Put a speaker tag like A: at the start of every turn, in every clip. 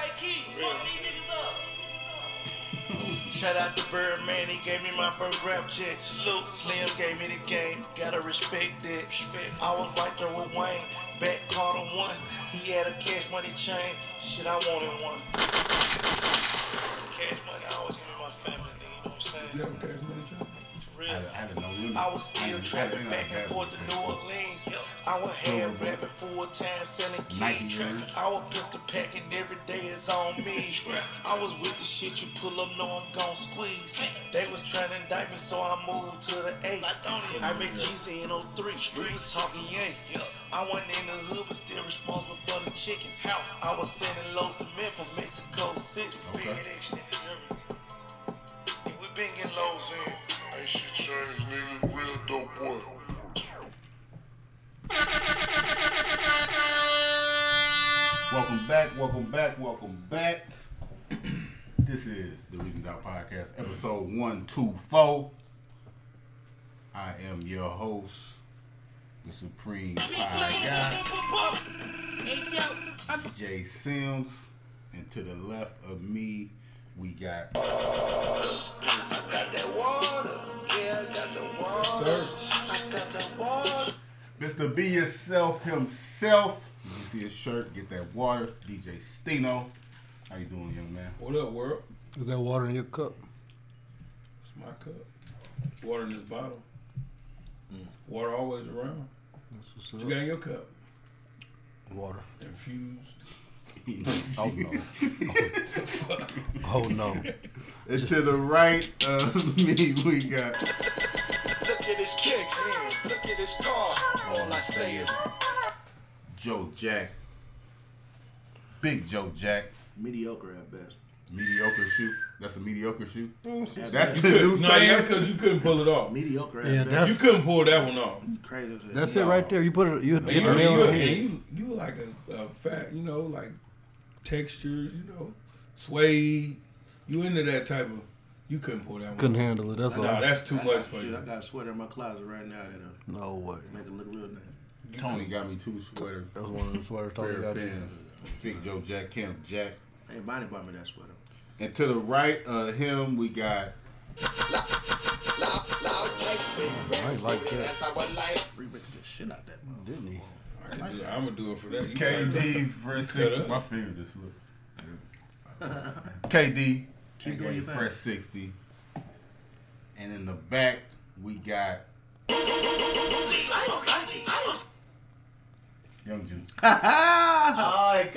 A: Fuck these niggas up. Shout out to Birdman, he gave me my first rap check. Luke Slim gave me the game, gotta respect it. I was right there with Wayne, back caught on one. He had a cash money chain, shit, I wanted one. Cash money, I always give my family, nigga, you know what I'm saying?
B: You have a cash money job?
A: For
C: I,
A: real.
C: I haven't no limit.
A: I was still
C: haven't-
A: trapping
C: haven't
A: back and
C: had
A: forth to
C: that.
A: New Orleans. I was hand rapping full time selling keys.
C: Nike, man.
A: I was pistol packing every day is on me. I was with the shit you pull up, know I'm gon' squeeze. They was trying to indict me, so I moved to the eight. I met Jeezy in 03. We was talking yeah. I wasn't in the hood, but still responsible for the chickens. I was sending loads to Memphis, Mexico City.
C: Okay.
A: We been getting loads in.
D: Ain't shit changed, nigga. Real dope boy.
C: Welcome back, welcome back, welcome back. this is the Reason Doubt Podcast, episode 124. I am your host, the Supreme Pie Guy, Jay Sims. And to the left of me, we got
B: Sir,
C: Mr. Be Yourself himself. You can see his shirt, get that water. DJ Stino. How you doing, young man?
B: what up, world?
E: Is that water in your cup?
B: It's my cup. Water in this bottle. Water always around.
E: That's what's
B: What you got in your cup?
E: Water.
B: Infused.
C: oh no.
E: Oh no.
C: And to the right of me, we got
A: Look at his kicks. Look at his car. All I say is.
C: Joe Jack. Big Joe Jack.
F: Mediocre at best.
C: Mediocre shoe. That's a mediocre shoe. That's the new
B: No, yeah,
C: saying.
B: because you couldn't pull it off.
F: Mediocre at
E: Yeah,
F: best.
E: that's
B: You couldn't pull that one off.
F: crazy. as hell.
E: that's it right there. You put it. You hit
B: You,
E: the nail on
B: you,
E: the head.
B: you, you like a, a fat, you know, like textures, you know, suede. You into that type of? You couldn't pull that one.
E: Couldn't handle it. That's
B: No,
E: all.
B: that's too
F: I
B: much
F: got,
B: for
F: shit,
B: you.
F: I got a sweater in my closet right now that'll
E: no way.
F: make it look real nice.
B: You
C: Tony got me two sweaters,
E: That was one of the sweaters Tony
C: pair
E: got
C: of
E: you.
C: pants. Big Joe Jack, Camp Jack.
F: Hey, Bonnie bought me that sweater.
C: And to the right of him, we got
E: I ain't like that.
F: Remix the shit out that motherfucker.
E: Didn't he?
B: couldn't do that. I'm gonna do it for that. You like
C: KD Fresh
B: up.
C: 60. My finger just slipped. KD,
F: Keep doing
C: aka
F: your thing.
C: Fresh 60. And in the back, we got Young Juice.
B: that?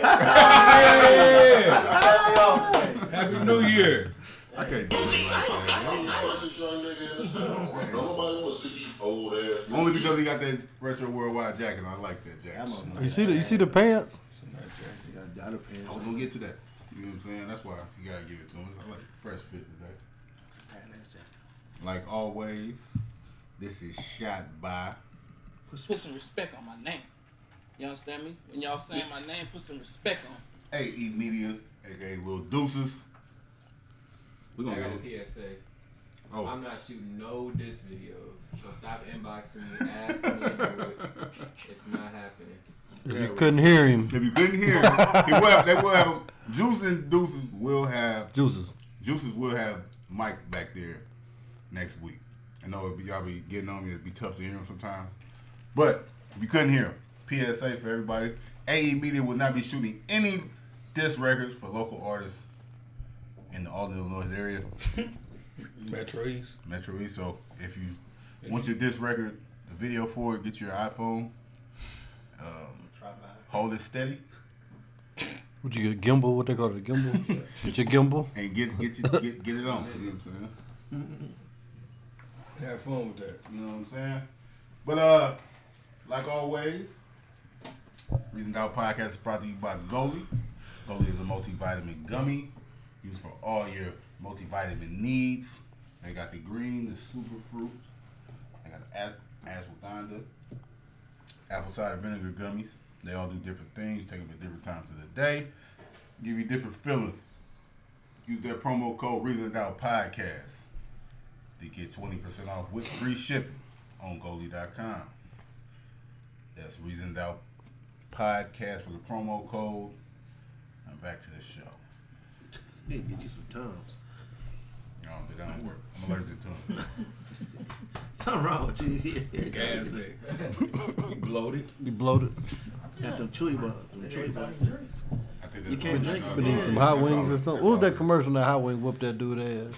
B: Yeah. Happy New Year.
C: I can't do it.
D: Nobody wanna see these old ass niggas.
C: Only because he got that retro worldwide jacket. I like that jacket.
F: I'm on
C: I
F: my-
E: You see the you see the pants?
F: I got dollar pants.
C: was gonna get to that. You know what I'm saying? That's why you gotta give it to him. It's- I like fresh fit today.
F: Badass jacket.
C: Like always, this is shot by.
G: put some respect on my name. You understand me? When y'all saying my name, put some respect on. it.
C: AE E Media, aka Lil Deuces. We're
H: I
C: gonna
H: got
C: get
H: a PSA.
C: Oh.
H: I'm not shooting no diss videos, so stop inboxing me, asking me to do it. It's not happening.
E: If
C: Yeah,
E: you
C: we-
E: couldn't hear him,
C: If you couldn't hear, he will, they will have Juice and Deuces will have
E: juices.
C: Juices will have Mike back there next week. I know if y'all be getting on me, it'd be tough to hear him sometimes. But if you couldn't hear him, PSA for everybody. AE Media will not be shooting any disc records for local artists in the Alden, Illinois area,
B: Metro East.
C: Metro East. So if you want your disc record, a video for it, get your iPhone, um, hold it steady,
E: Would you get a gimbal? What they call it, a gimbal? get your gimbal.
C: and get get your, get, get it on. You know what I'm saying?
B: Mm-hmm. Have fun with that.
C: You know what I'm saying? But uh, like always, Reason Doubt Podcast is brought to you by Goalie. Goalie is a multivitamin gummy used for all your multivitamin needs. They got the green, the super fruits. They got the as- ashwagandha, apple cider vinegar gummies. They all do different things. Take them at different times of the day. Give you different feelings. Use their promo code Reason Doubt Podcast to get 20% off with free shipping on goalie.com. That's Reasoned Out Podcast for the promo code. I'm back to the show.
F: Hey, get you some Tums.
C: I don't, that don't work. I'm allergic to them.
F: Something wrong with you.
B: Gas legs. you bloated.
E: You bloated.
F: Got them chewy bars. Them chewy bars.
C: I think that's
F: You can't
C: all-
F: drink
C: that's
F: it.
E: We
C: all-
E: need some hot
C: that's all-
E: wings or something.
C: that's
E: What
C: all
E: was that
C: it-
E: commercial that hot wing whooped that dude ass?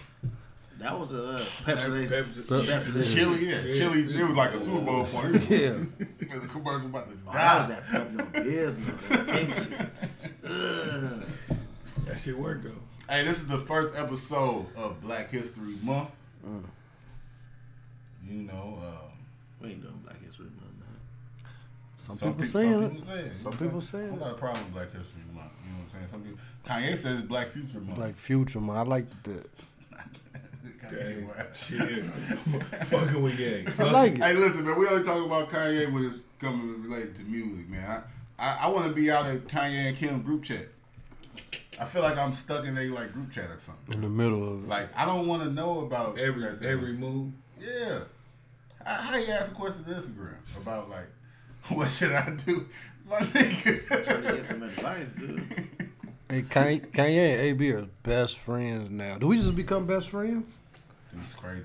F: That was a uh, Pepsi.
B: Pepsi-
F: Pepsi.
C: Chili, yeah, chili. It was like a Super Bowl party.
E: Yeah.
C: the commercial about to
F: Oh, that
C: die.
F: was that Pepsi business. That pink shit. Ugh.
B: That shit worked though.
C: Hey, this is the first episode of Black History Month.
F: Mm.
C: You know, um,
F: We ain't doing Black History Month, man.
E: Some,
C: some
E: people
C: peop-
E: saying
C: some
E: it.
C: people say it.
E: Some
C: You
E: people
C: know,
E: say
C: I
E: it.
C: got a problem with Black History Month. You know what I'm saying? Some people. Kanye says it's Black Future Month.
E: Like Future, man. I liked that.
C: Kanye West.
B: Shit. Fucking with gang.
E: I like it.
C: Hey, listen, man. We only talk about Kanye when it's coming related to music, man. I, I, I want to be out of Kanye and Kim group chat. I feel like I'm stuck in a like group chat or something.
E: In the middle of it.
C: Like I don't want to know about
B: Every
C: that's-
B: every move.
C: Yeah. How, how you ask a question to Instagram about like, what should I do? My
F: Trying to
C: nigga.
F: get some advice, dude.
E: Hey, Kanye, Kanye and AB are best friends now. Do we just become best friends?
C: this is crazy,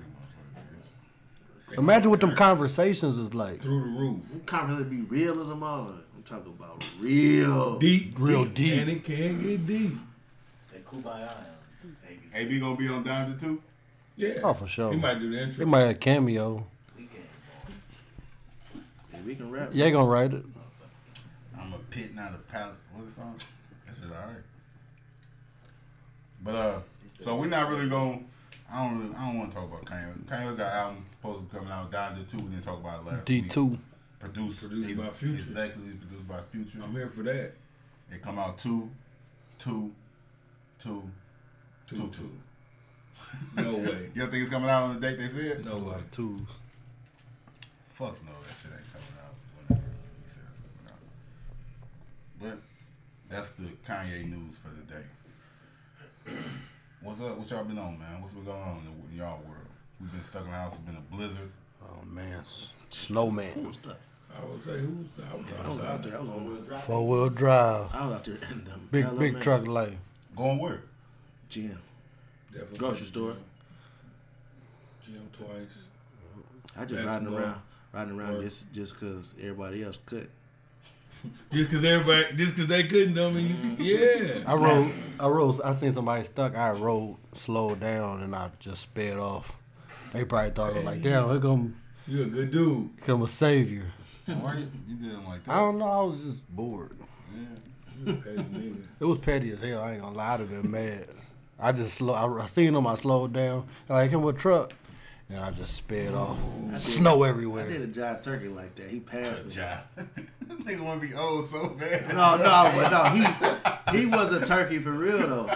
C: motherfucker.
E: Imagine what them conversations is like.
B: Through the roof.
F: We can't really be real as a mother. I'm talking about real.
B: Deep.
E: Real deep.
B: And it can get deep.
I: That Kumbaya.
C: AB gonna be on Donda too?
B: Yeah.
E: Oh, for sure.
B: He might do the intro.
E: They might have cameo.
I: Weekend.
F: If we can rap.
E: You ain't gonna write it.
C: I'm a pit, not a pallet. What's the song? That's just alright. But uh, so we're not really gonna. I don't really. I don't want to talk about Kanye. Kanye's got an album supposed to be coming out. Donda two. We didn't talk about it last
E: D
C: week.
E: two.
C: Produced,
B: Produced
C: ex-
B: by Future.
C: Exactly. Produced by Future.
B: I'm here for that.
C: It come out two, two, two, two, two.
B: Two two. No way.
C: You don't think it's coming out on the date they said?
B: No way.
E: Twos.
C: Fuck no, that shit ain't coming out whenever he said it's coming out. But that's the Kanye news for the day. What's up? What y'all been on, man? What's been going on in the- y'all world? We've been stuck in the house. It's been a blizzard.
E: Oh man. S- Snowman.
F: What's up?
B: I would say who's I was
F: I was out
B: outside.
F: there. I was, on,
E: Four wheel drive.
F: I was out there in them.
E: Big
F: hella
E: big
F: man-
E: truck life.
C: Going where?
F: Gym.
B: Definitely
F: Grocery
B: went to
F: store.
B: Gym Gym twice.
F: I just
B: Basketball.
F: riding around, riding around
B: Work.
F: just just because everybody else could.
B: Just cause everybody, just cause they couldn't, I mean, you, yeah.
F: Mm-hmm.
E: I rode I rode I seen somebody stuck, I rode slowed down and I just sped off. They probably thought it was like, damn, here come
B: You a good dude.
E: come a savior.
C: Why you, you did them like that?
E: I don't know, I was just bored.
B: You a petty nigga.
E: It was petty as hell. I ain't gonna lie, I'd have been mad. I just slow. I, I seen them. I slowed down. I hit him with a truck, and I just sped off. Snow
F: I did
E: everywhere.
F: a John Turkey like that. He passed me.
C: Ja. this nigga want to be old so bad.
F: No, no, but no. He he was a turkey for real though.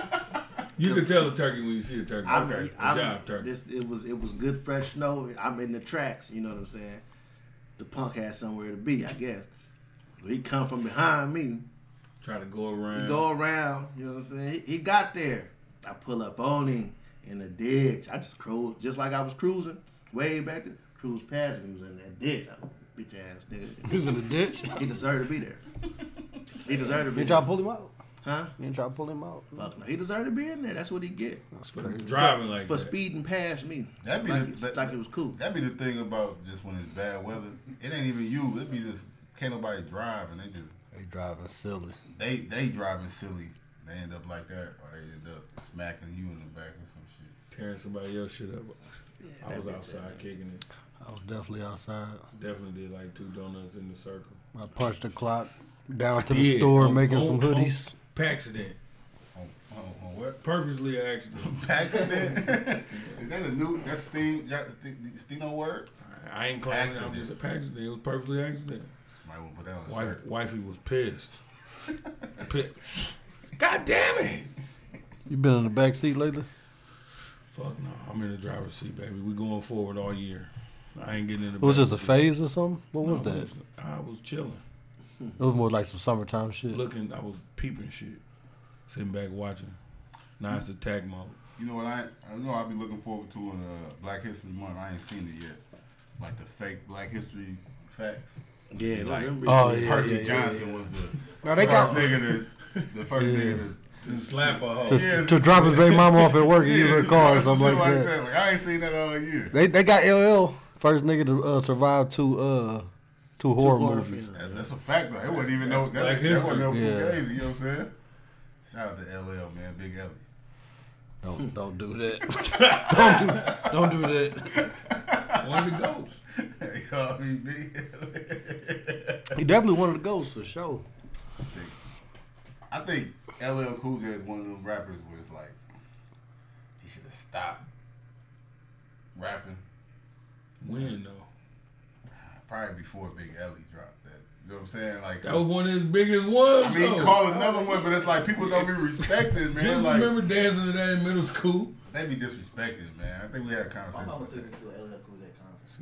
B: You can tell a turkey when you see a turkey.
F: I'm,
B: okay.
F: I'm,
B: a job turkey.
F: This it was it was good fresh snow. I'm in the tracks. You know what I'm saying? The punk had somewhere to be, I guess. He come from behind me.
B: Try to go around.
F: He go around. You know what I'm saying? He, he got there. I pull up on him in the ditch. I just cruise just like I was cruising way back there. Cruise past him. He was in that ditch. I was like, bitch ass nigga.
E: He was in the ditch.
F: He deserved to be there. He deserved to be
E: You try
F: there.
E: to pull him out.
F: Huh?
E: You try to pull him out.
F: Fuck no. He deserved to be in there. That's what he get.
E: That's
B: For
E: crazy.
B: driving like
F: for
B: that.
F: speeding past me.
C: That'd be
F: like,
C: the-
F: it's-
C: that-
F: like it was cool.
C: That'd be the thing about just when it's bad weather. It ain't even you. It'd be just can't nobody drive and they just
E: They driving silly.
C: they they driving silly. They end up like that, or they end up smacking you in the back or some shit.
B: Tearing somebody else shit up. I was outside kicking it.
E: I was definitely outside.
B: Definitely did like two donuts in the circle.
E: I punched the clock down to the
B: Yeah,
E: store
B: on-
E: making
B: on-
E: some hoodies.
B: On, accident.
C: On, on, on what?
B: Purposely an accident.
C: Accident? Is that a new? That's Steve. Ja- Steve Stino word.
B: I ain't claiming I'm
C: Accident.
B: just a accident. It was purposely accident.
C: Might want to put that on the
B: Wife,
C: shirt.
B: wifey was pissed. Pit. God damn it!
E: You been in the back seat lately?
B: Fuck no, I'm in the driver's seat, baby. We going forward all year. I ain't getting in the.
E: It was
B: back
E: just a
B: seat.
E: phase or something. What was
B: No,
E: that?
B: it was- I was chilling,
E: It was more like some summertime shit.
B: looking. I was peeping shit, sitting back watching. Now it's attack mode.
C: You know what I? I know I've been looking forward to in uh, Black History Month. I ain't seen it yet. Like the fake Black History facts.
F: Yeah,
C: like-
F: like,
E: Oh yeah.
C: Percy
E: yeah, yeah.
C: Johnson was the
E: Now they
C: first
E: got
C: nigga to the first nigga to
B: to slap a hoe.
E: to,
C: Yeah,
E: to drop his baby mama off at work and give her a car or
C: some shit
E: something like that.
C: Like, I ain't seen that all year.
E: They they got LL first nigga to uh, survive two uh two horror movies.
C: That's, that's a fact though. It wasn't even no.
B: Black
C: That, that wasn't no
E: history. Yeah.
C: crazy. You know what I'm saying? Shout out to LL man, Big Ellie.
E: Don't don't do that.
F: Don't do that.
B: One of the ghosts.
C: Hey, y'all, me, Big Ellie.
E: he definitely one of the ghosts for sure.
C: I think LL Cool J is one of those rappers where it's like he should have stopped rapping
B: When though?
C: probably before Big Ellie dropped that. You know what I'm saying? Like
B: That was one of his biggest ones.
C: I mean,
B: though.
C: call another one, but it's like people don't be respected, man.
B: Just
C: like
B: remember dancing to that in middle school.
C: they be disrespected, man. I think we had a
F: My
C: conversation.
F: mama
C: About
F: took me
C: that.
F: to an LL Cool J conference.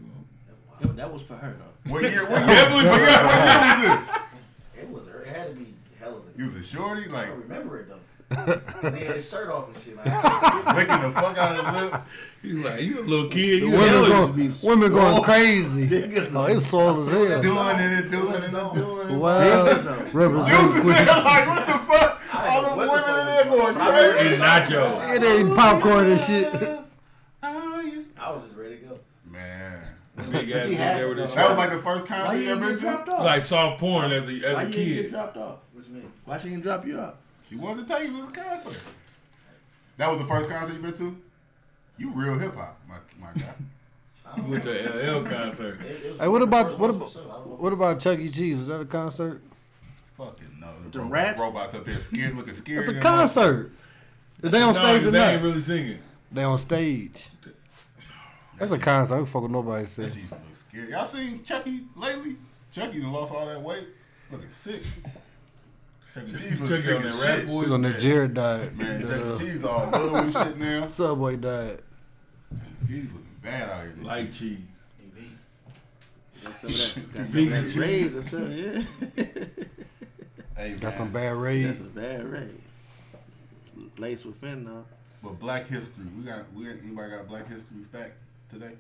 F: That- That, was for her though.
C: What year? What year? Definitely forgot. What year was this?
F: It was her. It had to be hell of
C: You was a shorty,
F: I
C: like
F: don't remember it though. And he had his shirt off and shit. Like, I
C: licking the fuck out of his lip.
B: He's like, you a little kid. You
E: Women
B: hella
E: going, women going crazy.
F: Niggas
E: Oh, it's soil as
C: Doing
E: hell.
C: it and doing it and doing it.
E: Wow.
F: Niggas
C: You was
E: Represent
C: there
E: Quincy.
C: like, what the fuck?
F: I
C: All the
F: know
C: women
F: what the
C: in there
F: fuck was
C: going
F: going on.
C: crazy.
B: It's nacho.
E: It ain't popcorn and shit.
F: was just ready to go.
C: Man.
B: Big ass
F: He
B: dude
F: had
B: there
F: it,
B: with his
F: though.
C: That
B: shirt.
C: was like the first
F: Why
C: concert
F: you
C: you
F: ain't
C: ever been
F: get
C: to?
F: dropped off?
B: Like soft porn as a as
F: Why
B: a
F: you ain't get
B: kid.
F: dropped off? What you mean? Why she ain't drop you off?
C: She wanted to take you to this concert. That was the first concert you been to? You real hip hop, my, my guy.
B: You went to LL concert.
F: It- it was
E: Hey, what
F: the
E: about
F: first
E: what
F: one for
E: about
F: sure. I don't know.
E: what about Chuck E. Cheese? Is that a concert?
C: Fucking no. The,
F: the
C: ro-
F: rats?
C: robots up there scared, looking scared.
E: It's a concert. Is they on
B: No,
E: stage or
B: they ain't
E: not?
B: really singing.
E: They on stage. That's a concert. I don't fuck with nobody
C: That
E: says.
C: shit used to look scary. Y'all seen Chucky lately? Chucky done lost all that weight. Looking sick. Chuck E. Cheese looking
B: Chucky
C: sick
B: on
C: as
B: that rap
C: shit.
B: boy.
E: He's on that Jared diet.
C: Man, Chuck E.
E: The
C: Cheese all little and shit now.
E: Subway diet.
C: She's looking bad out here. This
B: Like cheese.
F: Got some of that- got some
B: Big
F: of that
B: cheese.
F: raise or something, yeah.
C: hey, man.
E: Got some bad rays.
F: That's a bad raise. Laced with fentanyl.
C: But Black History, we got we got, anybody got Black History fact today?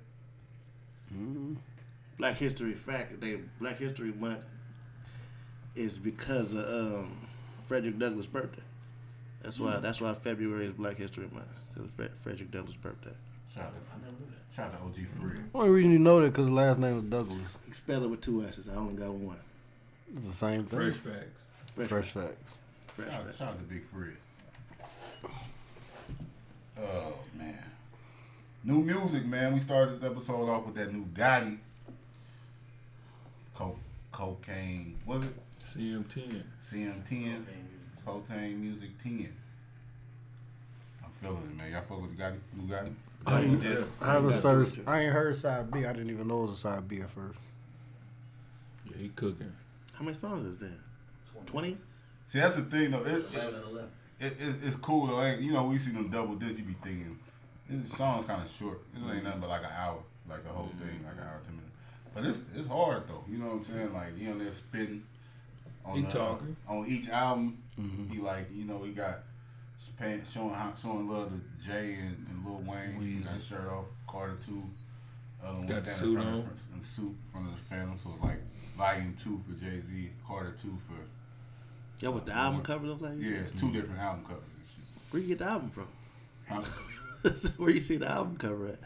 F: Black History fact they Black History Month is because of um, Frederick Douglass' birthday. That's why that's why February is Black History Month because Fre- Frederick Douglass' birthday.
C: Shout out to shout out to OG Fred.
E: Only reason you know that because the last name was Douglas.
F: You spell it with two s's. I only got one.
E: It's the same thing.
B: Fresh facts.
E: Fresh,
F: Fresh
E: facts.
F: Fresh
C: Shout out,
F: fact.
C: shout out to Big Fred. Oh man, new music, man. We started this episode off with that new Gotti, Co- cocaine. Was it
B: CM10.
C: CM10? Cocaine music 10. I'm feeling it, man. Y'all fuck with the Gotti, new Gotti. Gotti diss.
E: I haven't searched. I ain't heard side B. I didn't even know it was a side B at first.
B: Yeah, he cooking.
F: How many songs is there? Twenty.
C: See, that's the thing though. It, it, it, it, it's cool though. Ain't, you know, we see them double discs. You be thinking this song's kind of short. This ain't nothing but like an hour, like the whole thing, like an hour ten minutes. But it's it's hard though. You know what I'm saying? Like you know they're spitting on
B: He
C: the,
B: talking.
C: on each album. He like you know he got span, showing how- showing love to Jay and, and Lil Wayne. He Got his shirt off. Carter two. Uh,
B: Got the suit on.
C: And suit from the Phantom. So it's like volume two for Jay Z, Carter two for.
F: That what the album cover look like?
C: Yeah, it's 2 different album covers and shit.
F: Where you get the album from?
C: Huh?
F: Where you see the album cover at?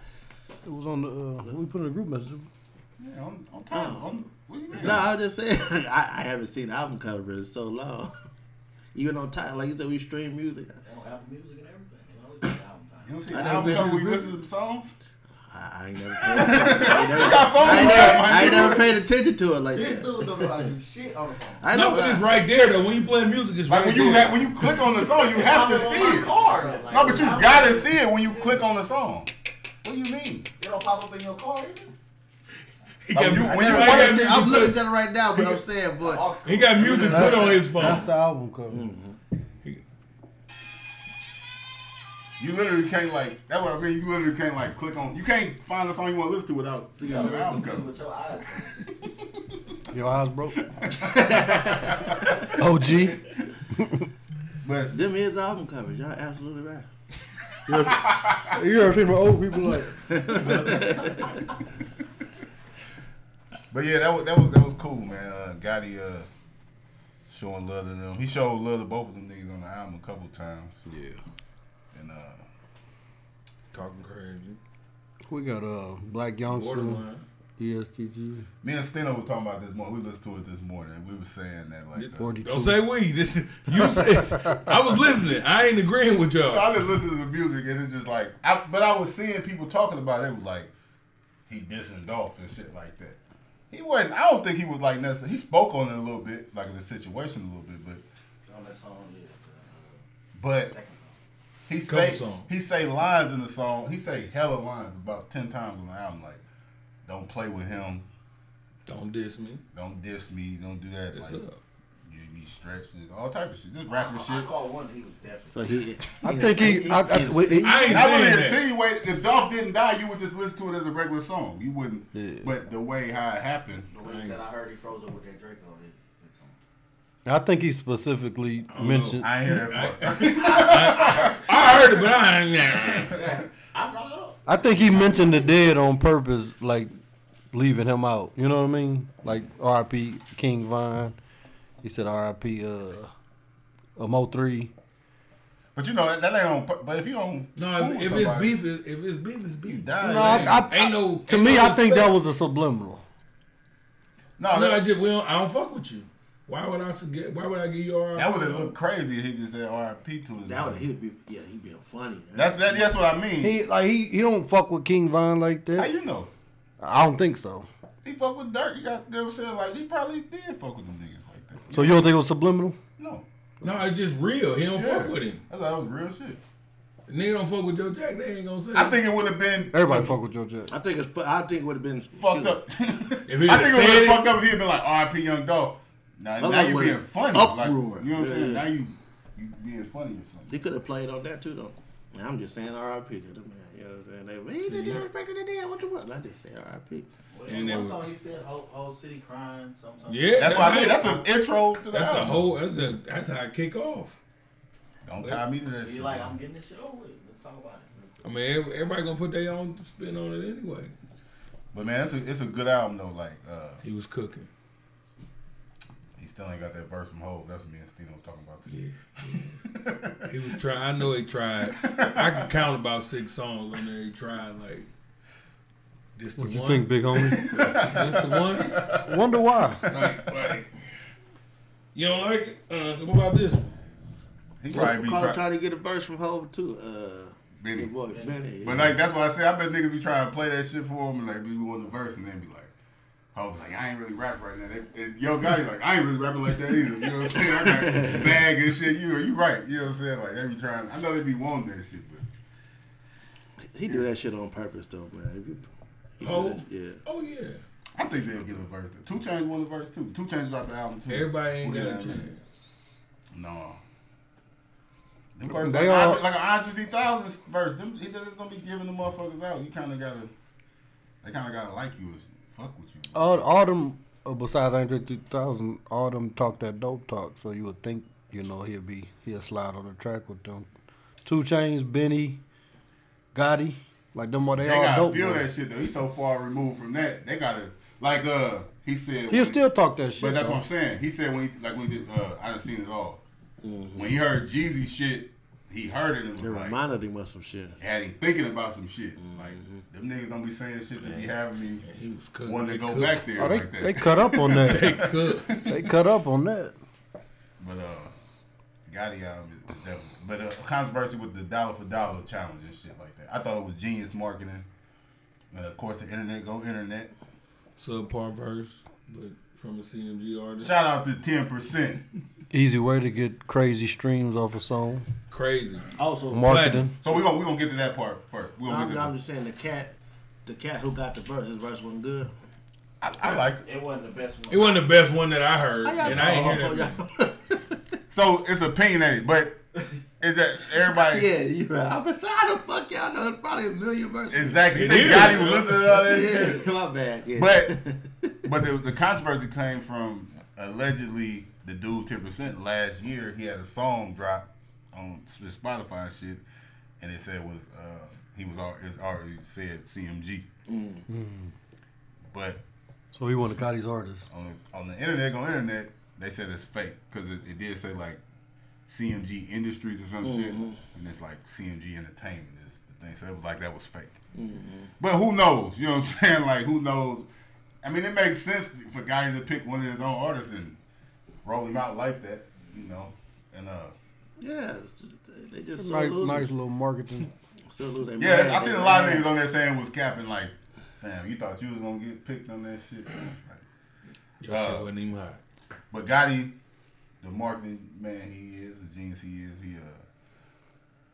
E: It was on the. Uh, we put in a group message.
C: Yeah, I'm, I'm tired. I'm, what do you mean?
F: No, I'm just saying I, I haven't seen the album cover in so long. Even on time, like you said, we stream music.
C: You don't see the
F: I never
C: album
F: been
C: cover?
F: to
C: We
F: the
C: listen to songs.
F: I, I ain't never paid. I ain't never,
C: got phone
F: I ain't
C: rap,
F: never,
C: my
F: I ain't
C: nigga.
F: never paid attention to it like
I: dude
F: that.
I: don't know how to do shit on the phone.
F: I know.
B: No, but it's
F: I,
B: right there though. When you play music, it's
C: Like
B: right
C: when you
B: there.
C: have, when you click on the song, you have to see it. No,
I: car. Like,
C: but you gotta see it when you click on the song. What do you mean?
I: It don't pop up in your car either.
B: he
C: like
B: got,
C: when you-
B: mu-
C: when you
B: he
C: play
B: got
C: that
B: music
F: I'm
B: put-
F: looking at it right now, but I'm saying, but
B: He got music put on his
E: That's the
B: phone.
E: album cover.
C: You literally can't like. That's what I mean. You literally can't like click on. You can't find the song you want to listen to without seeing the album cover.
I: With your eyes.
E: Your eyes broke. OG.
C: But
F: them is album covers. Y'all absolutely right.
E: You ever seen my old people like?
C: But yeah, that was that was that was cool, man. Uh, Gotti uh, showing love to them. He showed love to both of them niggas on the album a couple times.
E: Yeah.
C: And uh,
B: Talking crazy.
E: We got uh Black Youngster, E
B: Borderline.
E: ESTG,
C: me and Steno was talking about this morning. We listened to it this morning. And we were saying that like, uh,
E: 42.
B: Don't say we. This, you said I was listening. I ain't agreeing with y'all.
C: I just listened to the music and it's just like, I, but I was seeing people talking about it. It was like he dissing Dolph and shit like that. He wasn't. I don't think he was like necessarily. He spoke on it a little bit, like the situation a little bit, but
I: On that song, yeah.
C: but he
B: Couple
C: say
B: songs.
C: he say lines in the song. He say hella lines about ten times on the album. Like, don't play with him.
B: Don't diss me.
C: Don't diss me. Don't do that.
B: What's
C: like,
B: up?
C: you be stretching all type of shit. Just
F: Uh,
C: rapper
I: I
C: shit.
I: call one, he was definitely.
F: So he.
E: I think he. I, I,
F: ins-
E: we- he-
B: I ain't
C: I would
B: saying that.
C: insinuate if Dolph didn't die, you would just listen to it as a regular song. You wouldn't.
E: Yeah.
C: But the way how it happened,
I: The way he said, I heard he froze up with that Draco. It, it's on.
E: I think he specifically
B: know.
E: mentioned.
C: I ain't hear that part.
B: I heard it, but I ain't.
I: I brought it up.
E: I think he mentioned the dead on purpose, like leaving him out. You know what I mean? Like R.I.P. King Vine. He said R.I.P. Uh, uh, Mo three.
C: But you know that, that ain't on. pur- But if you don't,
B: No,
C: fool
B: if, if it's
C: somebody,
B: beef, it's- if it's beef, it's
C: you
B: beef.
C: die.
E: No, I-
C: man.
E: I-
B: ain't no.
E: To
B: ain't
E: me,
B: no
E: I think
B: respect.
E: that was a subliminal.
C: no,
B: No, I
C: that,
B: just we don't, I don't fuck with you. Why would I suggest? Why would I give you all?
C: that would have looked crazy. if He just said R.I.P. to his.
F: That
C: brother.
F: would he would be yeah he being funny.
C: That's that, that's what I mean.
E: He like he, he don't fuck with King Vine like
C: how
E: that.
C: you know?
E: I don't think so.
C: He fuck with Dirk. You got you know what I'm saying? Like he probably did fuck with them niggas like that.
E: So you don't think it was subliminal?
C: No,
B: No, it's just real. He don't
C: Yeah.
B: fuck with him.
C: that's that was real shit.
B: Nigga don't fuck with Joe Jack. They ain't gonna say.
C: I think it would have been
E: Everybody fuck with Joe Jack.
F: I think it's fu- I think it would have been
C: fucked up. I
B: If
C: think
B: he
C: it would
B: would've
C: have
B: said
C: been
B: it-
C: fucked up if he had been like R.I.P. Young Dog. Now, now
F: Otherwise
C: you
F: would've
C: being funny. Like, you know
F: uproar.
C: what I'm saying?
F: Yeah.
C: Now you you being funny or something.
F: They could have played on that too though. And I'm just saying R.I.P. to the man. You know what I'm saying? They were, he did disrespecting the dead. What the what? I just said R.I.P.
I: Well,
B: And
I: one
B: they
I: song
B: would-
I: he said, whole, whole city crying. Something.
B: Yeah,
C: That's why I mean.
B: it.
C: That's the intro to the
B: That's the
C: album.
B: whole. That's the, that's how I kick off.
C: Don't tie me to that
I: He
C: shit.
I: like, I'm getting this shit over with. Let's talk about it. real quick."
B: I mean, ev- everybody gonna put their own spin on it anyway.
C: But man, it's a, it's a good album though. Like uh,
B: He was cooking.
C: he still ain't got that verse from Hov. That's what me and Steve was talking about too.
B: Yeah. He was trying. I know he tried. I could count about six songs on there. He tried like. This the
E: What you
B: one.
E: think, big homie?
B: This the one.
E: Wonder why?
B: Like, like. You don't like it? Uh, what about this one?
C: He
F: Probably
C: probably be try-
F: trying to get a verse from Hove too. Uh,
C: Benny.
F: your boy Benny.
C: But like that's why I say I bet niggas be trying to play that shit for him and like be on the verse and then be like, Hov like I ain't really rap right now. They, and yo guy like I ain't really rapping like that either. You know what I'm saying? I got bag and shit. You you right. You know what I'm saying? Like they be trying. I know they be wanting that shit, but
F: he do that shit on purpose though, man. He do- he do
B: Hov?
F: that- Yeah.
B: Oh yeah.
C: I think they'll get a verse. Two Chainz won the verse too. Two Chainz dropped the album too.
B: Everybody ain't got
C: Who did
B: a
C: that
B: chance.
C: album? No. Them verses,
E: They
C: like,
E: all-
C: Andre- like an Andre 3000 verse. Them, he just don't be giving the motherfuckers out. You kind of gotta, they kind of gotta like you and shit. fuck with you.
E: All, all them, uh, besides Andre 2000, all them talk that dope talk. So you would think, you know, he'll be he'll slide on the track with them. Two Chains, Benny, Gotti, like them. Are they
C: they
E: all
C: gotta
E: dope?
C: feel
E: boys.
C: that shit though. He's so far removed from that. They gotta like uh he said.
E: He'll
C: when-
E: still talk that shit.
C: But that's
E: though.
C: what I'm saying. He said when he like when he did uh I done seen it all.
E: Mm-hmm.
C: When he heard Jeezy shit, he heard it and was
F: It
C: like,
F: reminded him of some shit.
C: had him thinking about some shit.
E: Mm-hmm.
C: Like them niggas don't be saying shit that be having me
B: He was cooking.
C: wanting
B: They
C: to go
B: cooked.
C: back there
E: Oh, they,
C: like that.
E: they cut up on
B: They
E: that.
B: cooked.
E: they cut up on that.
C: but uh, Gotti album is was definitely. But uh, controversy with the dollar for dollar challenge and shit like that. I thought it was genius marketing. And of course, the internet go internet.
B: Subpar verse, but from a CMG artist.
C: Shout out to ten percent.
E: Easy way to get crazy streams off a song.
B: Crazy.
F: Also,
E: Marketing.
C: So we gonna we gonna get to that part first. We gonna
F: I'm,
C: get to
F: I'm
C: that.
F: just saying the cat, the cat who got the verse, his verse wasn't good.
C: I, I like it.
I: It wasn't the best one.
B: It wasn't the best one that I heard, and I ain't hear that.
F: Oh,
C: So it's opinionated, but is that everybody?
F: yeah, you right. I'm just how the fuck y'all know it's probably a million verses.
C: Exactly.
B: It
C: Think
B: is,
C: Gotti was
B: bro.
C: listening to all that shit.
F: Yeah, my bad. Yeah.
C: But but the, the controversy came from allegedly the dude ten percent last year. He had a song drop on his Spotify and shit, and it said was uh, he was al- it's already said CMG, but
E: So he want to Gotti's artist.
C: on on the internet on the internet they said it's fake because it, it did say like CMG Industries or some shit, and it's like CMG Entertainment is the thing. So it was like that was fake. But who knows? You know what I'm saying? Like who knows? I mean, it makes sense for Gotti to pick one of his own artists and roll him out like that, you know. And uh,
F: Yeah, it's just, they just so
E: nice,
F: lose.
E: nice little marketing.
F: So lose their
C: yeah,
F: mind.
C: I seen a lot of niggas on there saying it was capping. Like, fam, you thought you was gonna get picked on that shit. man?" Like,
B: Your
C: Uh,
B: shit wasn't even hot.
C: But Gotti, the marketing man he is, the genius he is, he uh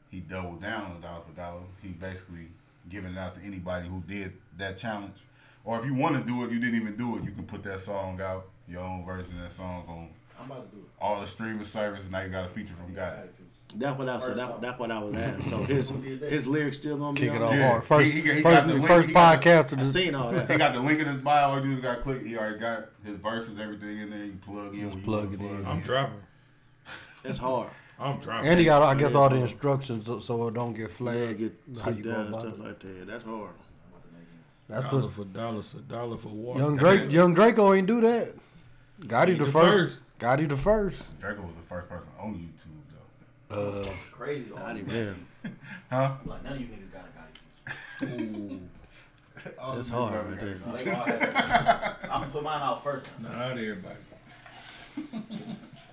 C: he doubled down on dollar for dollar. He basically giving it out to anybody who did that challenge. Or if you want to do it, you didn't even do it, you can put that song out, your own version of that song on
I: I'm about to do it.
C: all the streaming services, and now you got a feature from
I: All
C: Gotti.
I: right, peace.
F: That's what I so that, that's what I was at. So his his lyrics still gonna be
E: Kick it
F: on
E: off
F: there?
C: Yeah,
E: hard. First,
C: he- he- he
E: first,
C: got the link,
E: first
C: he got the-
E: podcast to
F: I
E: do.
F: seen all
C: He
F: that.
C: got the link in his bio. All you do is got to click. He already got his verses, everything in there. You plug in.
E: Just
C: when you
E: plug
C: wanna
E: it in.
B: I'm dropping.
F: That's hard.
B: I'm dropping.
E: And he got, I guess, all the instructions so- so it don't get
F: Yeah,
E: flagged.
F: get
E: how you
F: took
E: go
F: down
E: about
F: stuff
E: it.
F: like that. That's hard.
E: That's
B: dollar
E: the
B: for dollar, a dollar for water.
E: young Drake. Young Draco ain't do that. Gotti
B: He
E: the
B: the
E: first. Gotti the first.
C: Draco was the first person on YouTube, though.
E: Uh,
I: Crazy. All
F: Gotti,
I: these
F: man.
I: I'm Like none of you niggas got a Gotti.
C: All
F: That's
C: the
F: hard
C: niggas
F: right
C: got
F: there.
C: it.
I: They all have it. I'm gonna put mine out first.
B: Nah, not everybody.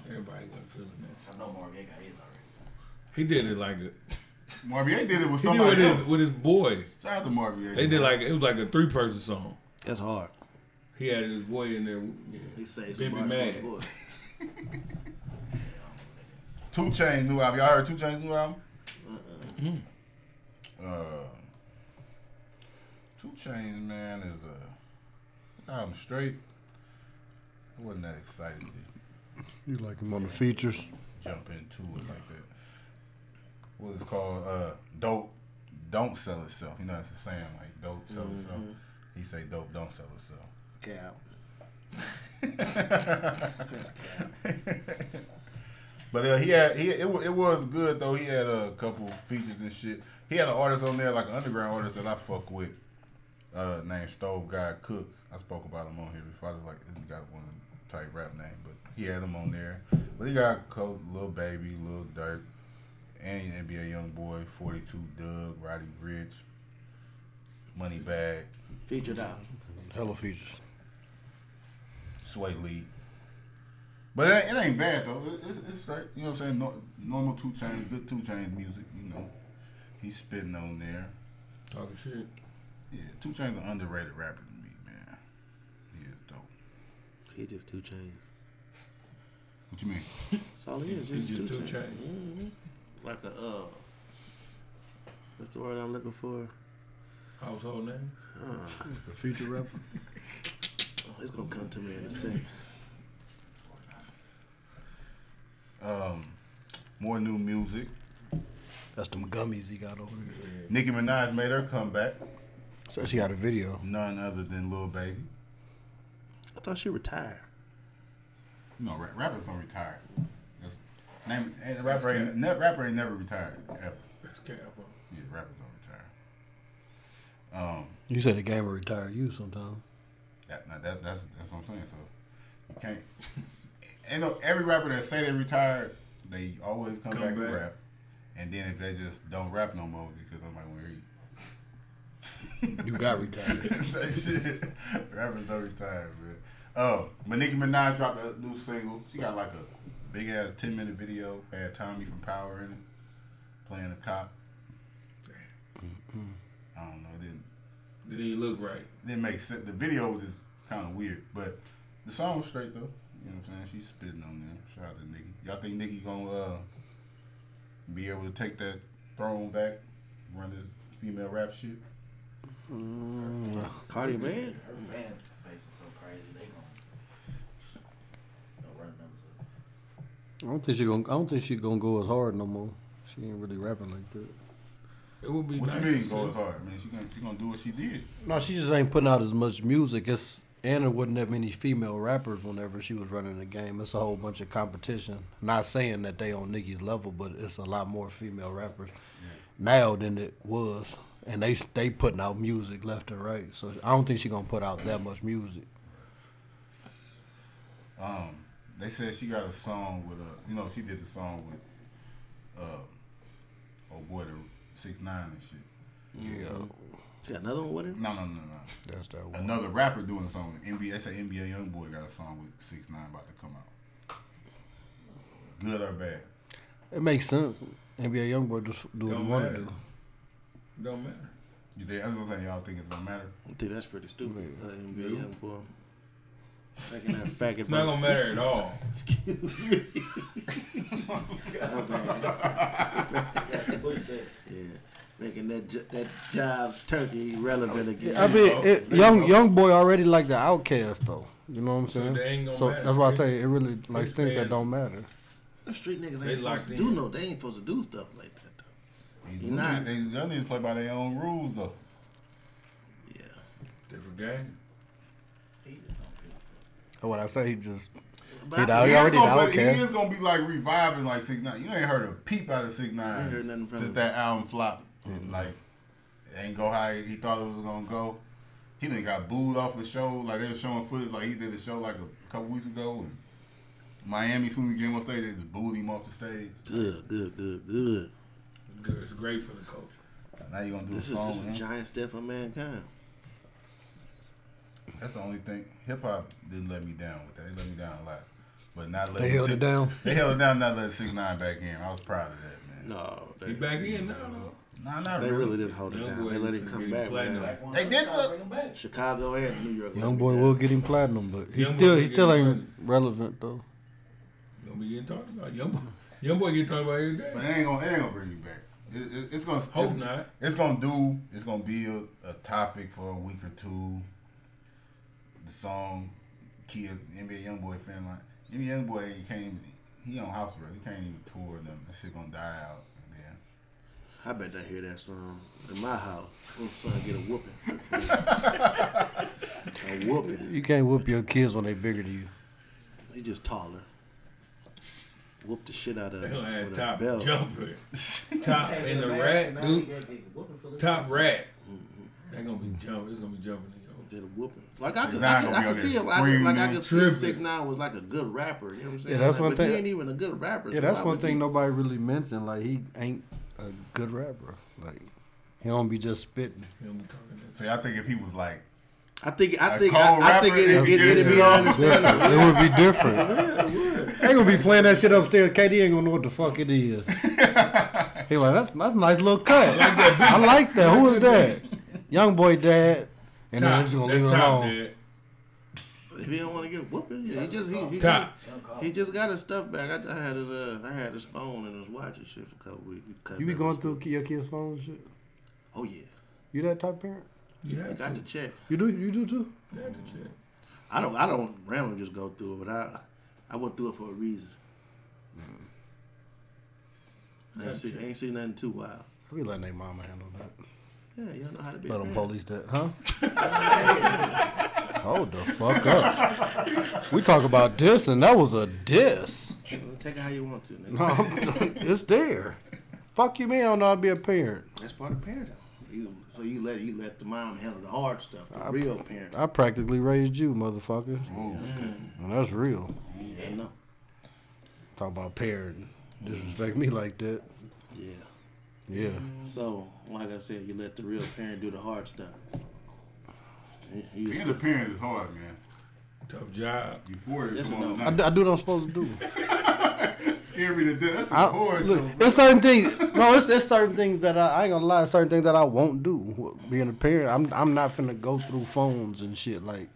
B: everybody wasn't feeling that.
I: I know Marvin got his already.
B: He did it like a,
C: Marvin did
B: he did
C: it with
B: it with
C: somebody else.
B: his, with his boy.
C: Shout out to Marvin.
B: They did like it was like a three person song.
F: That's hard.
B: He had his boy in there. Yeah.
F: He says
B: Baby
F: Marvin
B: man.
F: boy.
C: Two Chainz new album. Y'all heard Two Chainz new album? Uh, Two Chainz man is a album straight. I wasn't that excited to
E: You like him on the features?
C: jump into it like that. What is called? Uh, dope. Don't sell itself. You know that's a saying like dope sell itself. He say dope don't sell itself.
F: Cow.
C: But uh, he had he it, wa- it was good though. He had a couple features and shit. He had an artist on there like an underground artist that I fuck with, uh, named Stove Guy Cooks. I spoke about him on here before. I was like, he got one tight rap name, but he had him on there. But he got Coach, Lil Baby, Lil Durk, and NBA Young Boy, Forty Two Doug, Roddy Rich, Money Bag,
F: Featured out.
E: Hella features.
C: Sway Lee. But it, ain't- it ain't bad though. It- It's, it's like you know what I'm saying. No, normal two chains, good two chains music. You know, he's spitting on there.
B: Talking shit.
C: Yeah, two chains an underrated rapper to me, man. He is dope.
F: He just two chains.
C: What you mean?
F: That's all he is.
B: He just two
F: Chainz.
B: chains.
F: Like a uh, what's the word I'm looking for?
B: Household name.
E: The feature rapper.
F: Oh, it's gonna come to me in a second.
C: Um, more new music.
E: That's them gummies he got over there.
C: Nicki Minaj made her comeback.
E: So she got a video.
C: None other than Lil Baby.
F: I thought she retired.
C: You know, rap, rappers don't retire. That's, name, ain't- rapper, ain't, ne, rapper ain't never retired ever.
B: That's cap. huh?
C: Yeah, rappers don't retire. Um,
E: You said the game will retire you sometime.
C: That, now that, that's that's what I'm saying. So you can't. And no, every rapper that say they retired, they always come,
B: Come
C: back, and
B: back.
C: rap. And then if they just don't rap no more because nobody want to hear you.
E: You got retired.
C: Type shit. Rappers don't retire, man. Oh, but Nicki Minaj dropped a new single. She got like a big ass ten minute video. Had Tommy from Power in it, playing a cop. I don't know. it Didn't
B: Did he look right?
C: didn't make sense. The video was just kind of weird, but the song was straight though. You know what I'm saying? She's spitting on there. Shout out to Nikki. Y'all think Nikki gonna uh, be able to take that throne back, run this female rap shit?
F: Cardi
I: Her
F: man.
I: fan base is so crazy. They gonna they'll run numbers. up.
E: I don't think she gonna. I don't think she gonna go as hard no more. She ain't really rapping like that.
B: It would be
C: What
B: nice
C: you mean?
B: to
C: Go as
B: see.
C: hard, I mean, She gonna she gonna do what she did.
E: No, she just ain't putting out as much music. It's and there wasn't that many female rappers whenever she was running the game. It's a whole bunch of competition. Not saying that they on Nicki's level, but it's a lot more female rappers now than it was. And they they putting out music left and right. So I don't think she gonna put out that much music.
C: Um, They said she got a song with a, you know, she did the song with, uh, oh boy, the six nine and shit.
B: Mm-hmm.
E: Yeah,
F: Got another one with him?
C: No, no, no, no.
E: that's that one.
C: another rapper doing a song with NBA. That's an NBA young boy got a song with Six Nine about to come out. Good or bad?
E: It makes sense. NBA YoungBoy just do what he
B: Don't
E: want to
B: matter.
E: do.
B: Don't matter.
C: You think? I was gonna say y'all think it's gonna matter.
F: I think that's pretty stupid.
E: Yeah.
F: Uh, NBA young boy. Taking that faggot.
B: It's not gonna matter at all.
F: Excuse me. yeah, making that j- that job turkey relevant again.
E: I mean,
B: Oh,
E: it, young young boy already like the outcast though. You know what I'm
B: So
E: saying?
B: they ain't gonna
E: so
B: matter.
E: that's why I say it really like
B: His
E: things that
B: fans-
E: don't matter.
F: Them street niggas
B: They
F: ain't supposed
B: locked
F: to
B: in.
F: do no. They ain't supposed to do stuff like that. Though.
C: These
F: He not.
C: young, these young niggas play by their own rules though.
F: Yeah,
B: Different game.
E: That's what I say. He just
F: but
E: He
F: I-
E: dog-
F: I
E: He
C: He
E: already
C: is gonna,
E: the
C: be- he
E: outcast.
C: is gonna be like reviving like six nine. You ain't heard a peep out of six nine.
F: ain't heard nothing from
C: Since
F: him.
C: that album flopped, and like it ain't go how he thought it was gonna go. He done got booed off the show. Like they were showing footage. Like he did a show like a couple weeks ago, and Miami soon as he came on stage, they just booed him off the stage.
F: good, good, good, good.
B: Good. It's great for the culture.
C: Now you gonna do
F: This
C: a
F: is
C: song?
F: this is
C: with
F: a
C: him?
F: giant step for mankind.
C: That's the only thing. Hip hop didn't let me down with that. They let me down a lot, but not letting
E: they held
C: Six-
E: it down.
C: They held it down, not letting six nine back in. I was proud of that, man.
F: No, they,
B: He back in now
C: Nah, not
F: they
C: really.
F: really did hold it
B: Young
F: down.
B: boy
F: They let it
B: finna
F: come
B: get
F: back.
B: platinum.
F: Man.
C: They did look.
F: Chicago and New York.
E: Young boy will get him platinum, but he
B: Young boy
E: still
B: will
E: he
B: get
E: still
B: him
E: ain't relevant though.
B: though. Don't be getting talked about. Young boy. Young boy get talked about every day.
C: But it ain't gonna, it ain't gonna bring you back. It, it, it's gonna,
B: Hope
C: it's,
B: not.
C: It's gonna do. It's gonna be a, a topic for a week or two. The song, kids, NBA YoungBoy fan like NBA YoungBoy he can't even. He on house arrest. He can't even tour them. That shit gonna die out. Yeah.
F: I bet they hear that song in my house. I'm trying to get a whooping. a whooping.
E: You can't whoop your kids when they bigger than you.
F: He just taller. Whoop the shit out of
B: They
F: him
B: gonna have
F: with a
B: top
F: belt.
B: jumper, top and the rat, dude. Top rat. They gonna be jumping. It's gonna be jumping in your.
F: Did a whooping. Like I could,
C: 6ix9ine
F: I
C: gonna
F: could, I
C: be
F: could
C: on
F: see
C: there
F: him. I could, like I
C: screaming,
F: could see
B: tripping.
F: Six Nine was like a good rapper. You know what I'm saying?
E: Yeah, that's
F: like,
E: one
F: but
E: thing-
F: He ain't even a good rapper.
E: Yeah,
F: so
E: that's
F: why
E: one
F: would
E: thing
F: you-
E: nobody really mentioned. Like he ain't a good rapper. Like he don't be just spitting.
B: You don't be talking that.
C: So y'all think if he was like,
F: I think. I
C: A
F: think.
C: cold
F: I, I think
C: rapper
F: it, it,
C: is
F: it,
C: good
F: it'd
C: as
F: be
C: all.
F: understandable.
E: It would be different.
F: Yeah, it would.
E: They gonna be playing that shit upstairs. KD ain't gonna know what the fuck it is. He like that's that's a nice little cut. I like that. Who is that? Young boy dad. And then I'm just gonna
B: That's
E: leave it
B: top,
E: alone.
B: Dad.
F: If he don't want to get a whooping, yeah, he just he, he,
B: Top.
F: just- he just got his stuff back. I, I had his uh, I had his phone and his watch and shit for a couple weeks. We cut
E: You be
F: that
E: going
F: shit.
E: through your kids' phones and shit.
F: Oh yeah,
E: You that type of parent?
B: You
F: I
B: have
F: got
B: to.
F: the check.
E: You do you do too?
B: You have to check.
F: I don't. I don't randomly just go through it, but I, I went through it for a reason.
E: Mm-hmm.
F: I ain't, see, I ain't see nothing too wild.
E: I be letting their mama handle that.
F: Yeah, you know how to be. a
E: Let them
F: parent.
E: police that, huh? Hold the fuck up. We talk about this and that was a diss.
F: Take it how you want to. Nigga.
E: No, it's there. Fuck you, man. I don't know how to be a parent.
F: That's part of parenting. You, so you let you let the mom handle the hard stuff, the real parent.
E: I practically raised you, motherfucker. Mm. And that's real.
F: Yeah, no.
E: Talk about parenting. Disrespect me like that.
F: Yeah.
E: Yeah.
F: So like I said, you let the real parent do the hard stuff. You- you just-
C: being a parent is hard, man.
B: Tough job.
C: You forty,
F: Yes
C: come
F: or
C: on,
F: no?
E: I,
C: not
E: do- I do what I'm supposed to do.
C: scary to death. That's a
E: I,
C: horror
E: look,
C: show.
E: it's certain things. No, it's, it's certain things that I, I ain't gonna lie. Certain things that I won't do. Being a parent, I'm I'm not finna go through phones and shit. Like,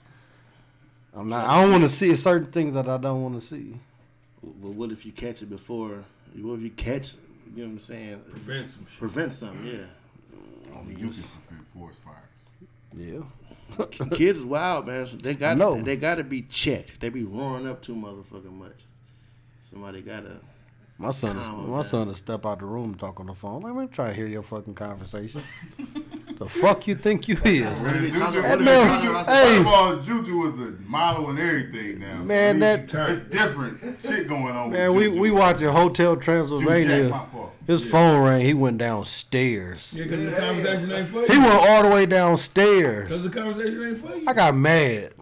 E: I'm not. I don't want to see certain things that I don't want to see.
F: But what if you catch it before? What if you catch? You know what I'm saying?
B: Prevent some shit.
F: Prevent something. Yeah.
C: Only Oh, you can prevent forest fires.
E: Yeah.
F: Kids is wild, man. So they got
E: No.
F: they got to be checked. They be roaring up too motherfucking much. Somebody gotta.
E: My son, is,
F: Calm
E: my
F: down.
E: son, to step out the room, and talk on the phone. Like, man, try to hear your fucking conversation. the fuck you think you is,
F: What are we talking
E: That
F: about?
E: man-
C: Juju,
E: hey.
C: first of all, Juju is a model and everything now.
E: man? That
C: It's
B: Turn.
C: different shit going on.
E: man, we
C: with Juju.
E: we watching Hotel
C: Juju Jack, my
E: Transylvania.
C: fault.
E: His phone rang. He went downstairs.
B: Yeah, because the conversation ain't for
E: He
B: you.
E: went all the way downstairs.
B: Because the conversation ain't for you.
E: I got mad.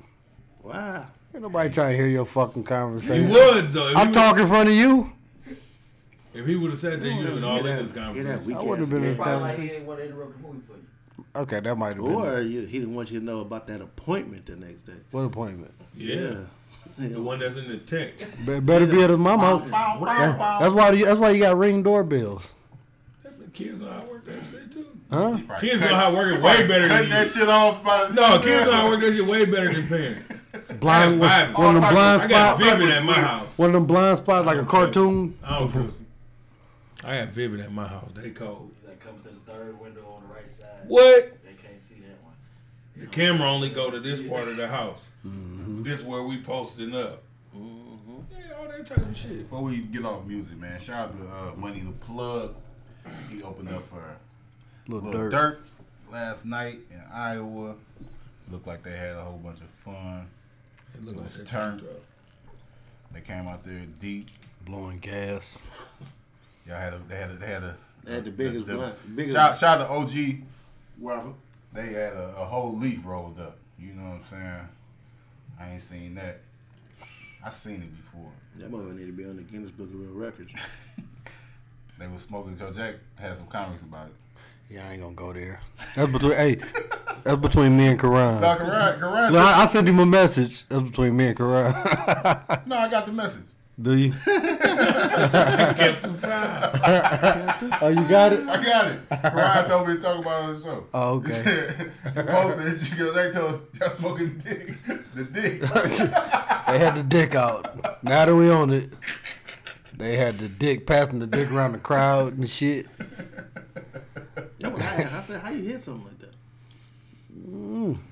F: Wow.
E: Ain't nobody trying to hear your fucking
B: He
E: conversation.
B: would though. If
E: I'm
B: he
E: talking in front of you.
B: Would, if he would have sat there, you would have all in this
F: Hear that
B: conversation.
F: weak
E: I wouldn't
F: ass
E: have been
F: nigga.
E: in-
I: Probably like he didn't want to interrupt the movie for you.
E: Okay, that might have been.
F: Or you, he didn't want you to know about that appointment the next day.
E: What appointment?
B: Yeah. The one that's in the tank.
E: Be- better be at his mama. That- that's why. You, that's why you got ring doorbells,
B: Kids know how to work that shit too.
E: huh?
B: Kids know how to work it way better than
C: Cutting that
B: you.
C: shit off by
B: No, kids know how to work that shit way better than parents.
E: Blind
B: I got
E: one, one of them
C: All
E: blind
C: types
B: I got
E: spots.
B: Vivid at my house.
E: One of them blind spots, like a cartoon.
B: I don't trust. I got Vivid at my house. They cold.
I: He's like, come to the third window on the right side.
B: What?
I: They can't see that one.
B: The camera only go to this part of the house. This where we posting up. Yeah, all that type of shit.
C: Before we get off music, man, shout out to uh, Money the Plug. He opened up for
E: Little
C: Little
E: dirt.
C: Dirk. last night in Iowa. Looked like they had a whole bunch of fun.
B: It look
C: was
B: that
C: turned.
B: shit,
C: They came out there deep.
E: blowing gas.
C: Y'all had a, they had a, they had a
F: They had the biggest blunt- biggest-
C: Shout, shout out to OG Robert. They had a, a whole leaf rolled up. You know what I'm saying? I ain't seen that. I seen it before.
F: That mother need to be on the Guinness Book of World Records.
C: They was smoking. Joe Jack had some comics about it.
E: Yeah, I ain't gonna go there. That's between. hey, that's between me and Karan.
C: No, Karan, Karan
E: Look,
C: said-
E: I, I sent him a message. That's between me and Karan.
C: no, I got the message.
E: Do you?
B: Captain Five.
E: Oh, you got it.
C: I got it. Karan told me to talk about it on the show.
E: Oh, okay.
C: you posted it. Joe Jack told y'all smoking dick. The dick.
E: They had the dick out. Now that we on it, they had the dick passing the dick around the crowd and shit.
F: That was high. I said, how you hit something like that?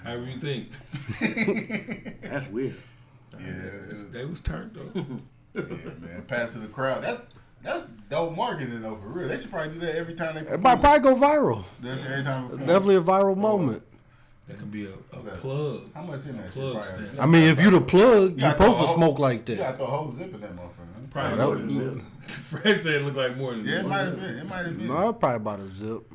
B: However you think.
F: That's weird.
C: yeah,
B: They was turned up.
C: Yeah, man. Pass to the crowd. That's that's dope marketing though for real. They should probably do that every time they
E: It
C: perform.
E: might probably go viral.
C: That's every time. they perform.
E: Definitely a viral moment.
B: That can be a, a plug.
C: How much in that shit?
B: Plug
C: Probably.
B: stand.
C: You
E: I mean, if you the plug, you
C: gotta throw a
E: supposed to
C: whole-
E: smoke like
C: You gotta
E: that.
C: throw a whole zip in that motherfucker.
B: Probably
E: That
B: more than
E: was-
B: zip. Fred said it looked like more than
C: Yeah, it
B: zip.
C: might have been. It might have been.
E: No, probably about a zip.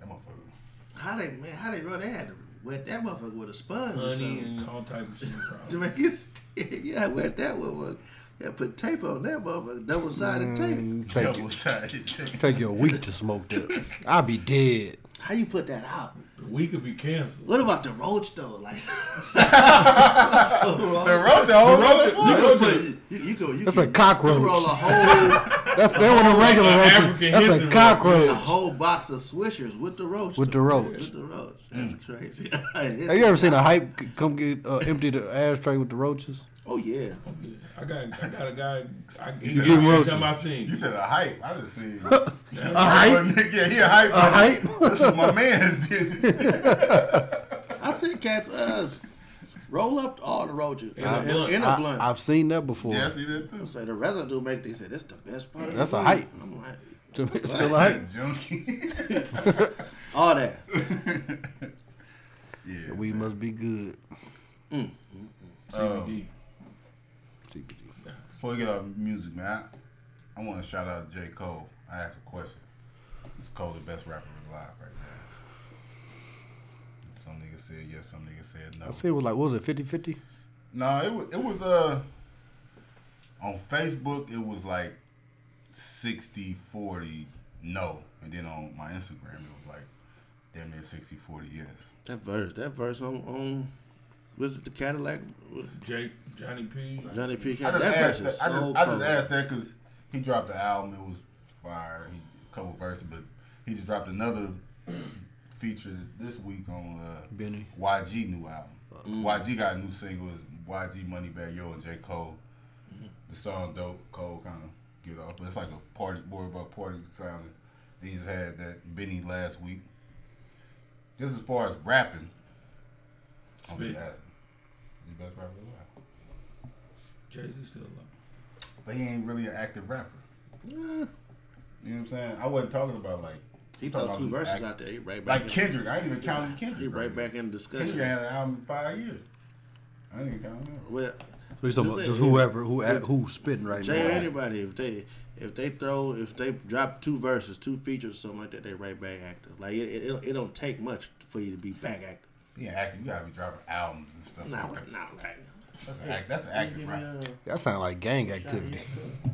C: That motherfucker.
F: How they man? How they run? They had to wet that motherfucker with a sponge or
B: Honey
F: something
B: and all type of shit. probably.
F: to make it stick. Yeah, wet that motherfucker. Yeah, put tape on that motherfucker. Double sided tape.
E: Mm, Take
C: Double
E: you,
C: sided.
E: take you a week to smoke that. I'll be dead.
F: How you put that out?
B: We could be canceled.
F: What about the roach though? Like
C: The roach, a whole
B: Roach-
C: motherfucker.
B: you go to-
F: you, you go. You
E: That's
F: can-
E: a cockroach.
F: You roll a whole
E: That's that one of them regular
B: That's an
E: roaches.
B: African
E: That's a
B: hissing
F: a
E: cockroach.
F: whole box of swishers with the roach.
E: With the
F: though.
E: roach.
F: With the roach. That's
B: Mm.
F: crazy. It's-
E: Have you ever seen a hype c- come get uh, empty the ashtray with the roaches?
F: Oh yeah.
B: I got, I got a guy. I, he
C: said
B: said, every
E: roaches.
B: time I seen
C: You
B: you.
C: said a hype. I just seen.
E: A hype?
C: yeah, he a hype.
E: A hype?
C: That's what my man's did.
F: I see cats uh roll up all the roaches in
B: a
F: a, in,
B: blunt.
F: in a blunt.
E: I, I've seen that before.
C: yeah, I see that too.
F: so the residue make they say that's the best part. Of
E: That's
F: the
E: a
F: movie."
E: hype.
F: I'm like,
E: It's still a hype.
C: Junkie.
F: all that.
C: yeah.
E: We must be good.
B: CBD.
C: Before we get off music, man, I, I want to shout out J. Cole. I asked a question. Is Cole the best rapper alive right now? Some niggas said yes, some niggas said no.
E: I see it was like, what was it, 50 50?
C: No, it was it was uh on Facebook it was like 60 40 no, and then on my Instagram it was like damn near 60 40 yes.
F: That verse. That verse on on was it the Cadillac?
B: Jake, Johnny P.
F: Johnny P.
C: I
F: Cadillac.
C: just,
F: That verse
C: asked
F: is
C: that,
F: so
C: I, just, I
F: cold.
C: just asked that because he dropped the album. It was fire. He, a couple verses, but he just dropped another feature this week on uh,
E: Benny.
C: YG new album. YG got a new single. It's YG Moneybag Yo and J Cole. The song dope. Cole kind of get off, but it's like a party more about party sounding. He just had that Benny last week. Just as far as rapping, I'm
B: Spit.
C: just asking. You best rapper alive.
B: Jay Z still alive.
C: But he ain't really an active rapper. You know what I'm saying? I wasn't talking about like
F: He
C: I'm talking
F: threw two
C: about
F: verses
C: act-
F: out there. He right back.
C: like
F: in-
C: Kendrick. I ain't even counting Kendrick.
F: He right back in the
C: Kendrick
F: discussion.
C: ain't had an album in five years. I ain't even counting him.
F: Well,
E: So you talking
F: Just
E: about
F: say-
E: just whoever, who at, who's spitting right
F: Jay or
E: now.
F: anybody if they if they throw if they drop two verses, two features, something like that, they right back active. Like it it, it, don't- it don't take much for you to be back active.
C: He ain't active. You gotta be dropping albums and stuff.
F: Not
C: like
F: right,
C: that.
F: not right now.
C: Act- That's an active,
F: Give me
C: right?
F: a
E: That sound like gang activity.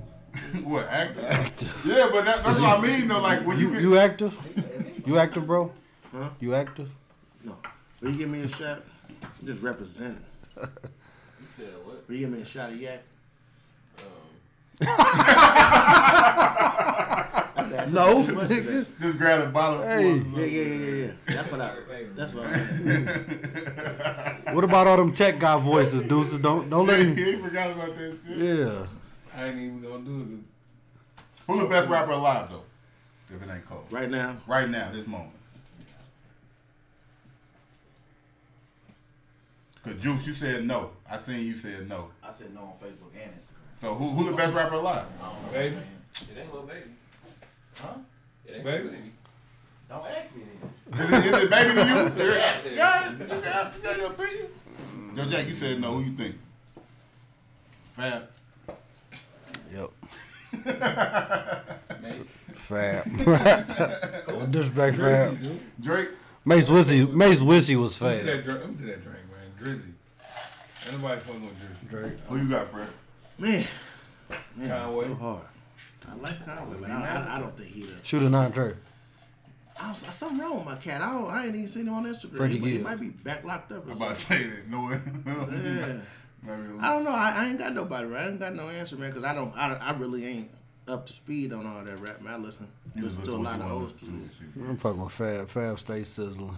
C: what active?
E: Active.
C: Yeah, but that, that's what I mean though. Like when you,
E: You
C: get,
E: you active? You active, bro?
F: Huh?
E: You active?
F: no. Will you give me a shot? I'm just representing.
H: You said what?
F: Will you give me a shot of yak?
H: Um,
E: No,
F: Too much of that.
E: nigga.
C: just grab a bottle. of
E: Hey.
C: Coors.
F: Yeah, yeah, yeah, yeah, yeah. That's what I. That's what I.
E: What about all them tech guy voices, deuces? Don't don't let him.
C: he forgot about that shit.
E: Yeah.
B: I ain't even gonna do it.
C: Who the best rapper alive though? If it ain't Cole. Right,
F: Right now,
C: now, this moment. Cause Juice, you said no. I seen you said no.
I: I said no on Facebook and Instagram.
C: So who who the best rapper alive?
I: I don't know,
B: Baby.
I: man.
H: it ain't little baby.
I: Huh?
H: It ain't
B: Baby.
H: little baby.
I: Don't ask me then.
C: Is it, is it baby to you? Yes. Yeah, you can ask- you got your opinion. Yo, Jack, you said no. Who you think? Fast.
E: Yep.
H: Mace.
E: Fab. Don't disrespect Fab.
B: Drizzy, dude.
C: Drake.
E: Mace Wizzy. Mace Wizzy was
B: Let me see
E: fab.
B: that drink. Let me see that drink, man. Drizzy. Ain't nobody fucking with Drizzy.
E: Drake.
C: Who you got, Fred?
F: man, man,
B: Conway.
F: so hard. I like Conway, but I, I, I don't think he does.
E: Shoot a non Drake.
F: I was, something wrong with my cat. I, don't, I ain't even seen him on Instagram.
E: Freddie
F: he, might- he
E: Gibbs.
F: might be back locked up. Or
C: I'm about
F: something.
C: to say that. No one.
F: Yeah. I
C: Maybe-
F: don't know. I, I ain't got nobody right. I ain't got no answer, man, because I don't. I, I really ain't up to speed on all that rap, man. I listen,
C: You
F: listen
C: just
F: to a
C: what
F: lot
C: you
F: of
C: wanna
F: old
C: listen to and
F: stuff.
C: shit.
E: I'm fucking with Fab. Fab stay sizzling.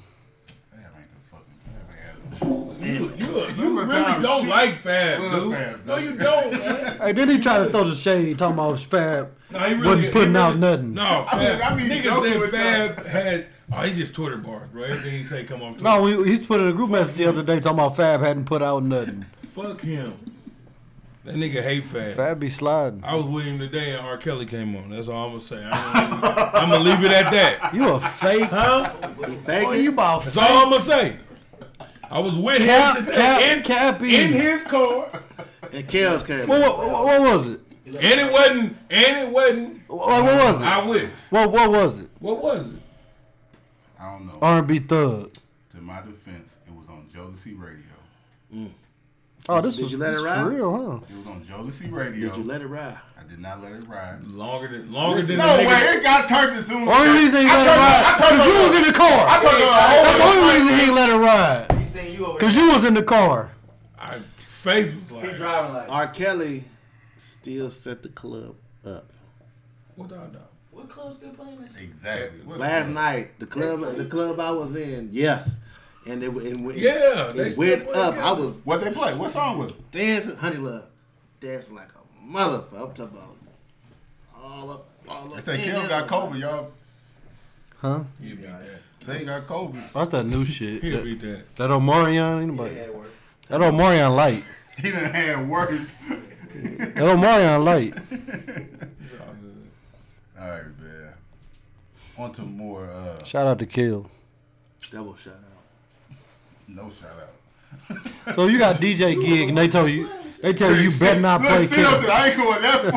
C: Fab ain't the fucking. Fab ain't had
B: You,
C: it.
B: you, you
C: Summertime
B: really don't
C: shit.
B: like Fab,
C: Love
B: dude.
C: Fab,
B: no,
C: dude.
B: you don't, man.
E: Hey, then he tried to throw the shade talking about Fab.
B: No, he really
E: Wasn't
B: he
E: putting out
B: really-
E: nothing.
B: No, Fab.
C: mean- I mean,
B: niggas
C: joking
B: said
C: with
B: Fab had. Oh, he just Twitter bars, bro. Everything he say come off Twitter.
E: No, we, he's put in a group message the other day talking about Fab hadn't put out nothing.
B: fuck him. That nigga hate Fab.
E: Fab be sliding.
B: I was with him today, and R. Kelly came on. That's all I'm gonna say. I'm gonna leave it at that.
E: You a fake.
B: Huh?
E: Boy, Oh, you about
B: That's all I'm gonna say. I was with him
E: Cap-
B: today
E: Cap-
B: in,
E: Cappy.
B: in his car,
F: And Kels came.
E: What, what, what- what was it?
B: and it wasn't. And it wasn't.
E: What, what was
B: I
E: it?
B: wish.
E: What, what was it?
B: What was it?
C: I don't
F: Uh.
C: know.
E: R&B Thug.
C: To my defense, it was on Jealousy Radio.
E: Oh, this
F: Did
E: was
F: you let it
E: this
F: ride?
E: for real, huh?
C: It was on Jealousy Radio.
F: Did you let it ride?
C: I did not let it ride.
B: Longer than longer than
C: No
B: the
C: way,
B: nigga-
C: it got turned as soon as
E: Only reason he
C: I
E: let
C: turned
E: it
C: on-
E: ride,
C: I turned
E: because you was
C: on-
E: in the car.
C: I turned on
E: That's the
C: the whole
E: only reason he let it ride,
I: He seen you over
E: because
I: there.
E: you was in the car.
B: I, face was
I: He
B: like,
I: driving like.
F: R. Kelly still set the club up.
B: what do I know?
I: What club still playing that shit?
C: Exactly. What
F: Last
C: the-
F: night, the club, the club I was in, yes, and it, it, went-
B: Yeah, they
F: it
B: still
F: went
B: playing
F: up. I
B: Kelly.
F: was
C: What they play? What song was it?
F: dancing, honey love, dancing like a motherfucker. I'm talking about all up, all
C: They
F: up.
C: say
F: in
C: Kim
F: there.
C: got COVID, y'all.
E: Huh?
B: He beat that.
C: Say he got COVID.
E: That's that new shit.
B: He
E: That,
B: beat that.
E: that Omarion, anybody?
I: Yeah, it worked.
E: That Omarion light.
C: He done had worse.
E: That Omarion light.
B: It's all good.
C: All right, man. On to more. Uh,
E: Shout out to Kill.
F: double shout out.
C: no shout out.
E: So you got DJ gig, and they tell you, they tell Oh, you you better not
C: Look,
E: play
C: still,
E: Kill.
C: I ain't going that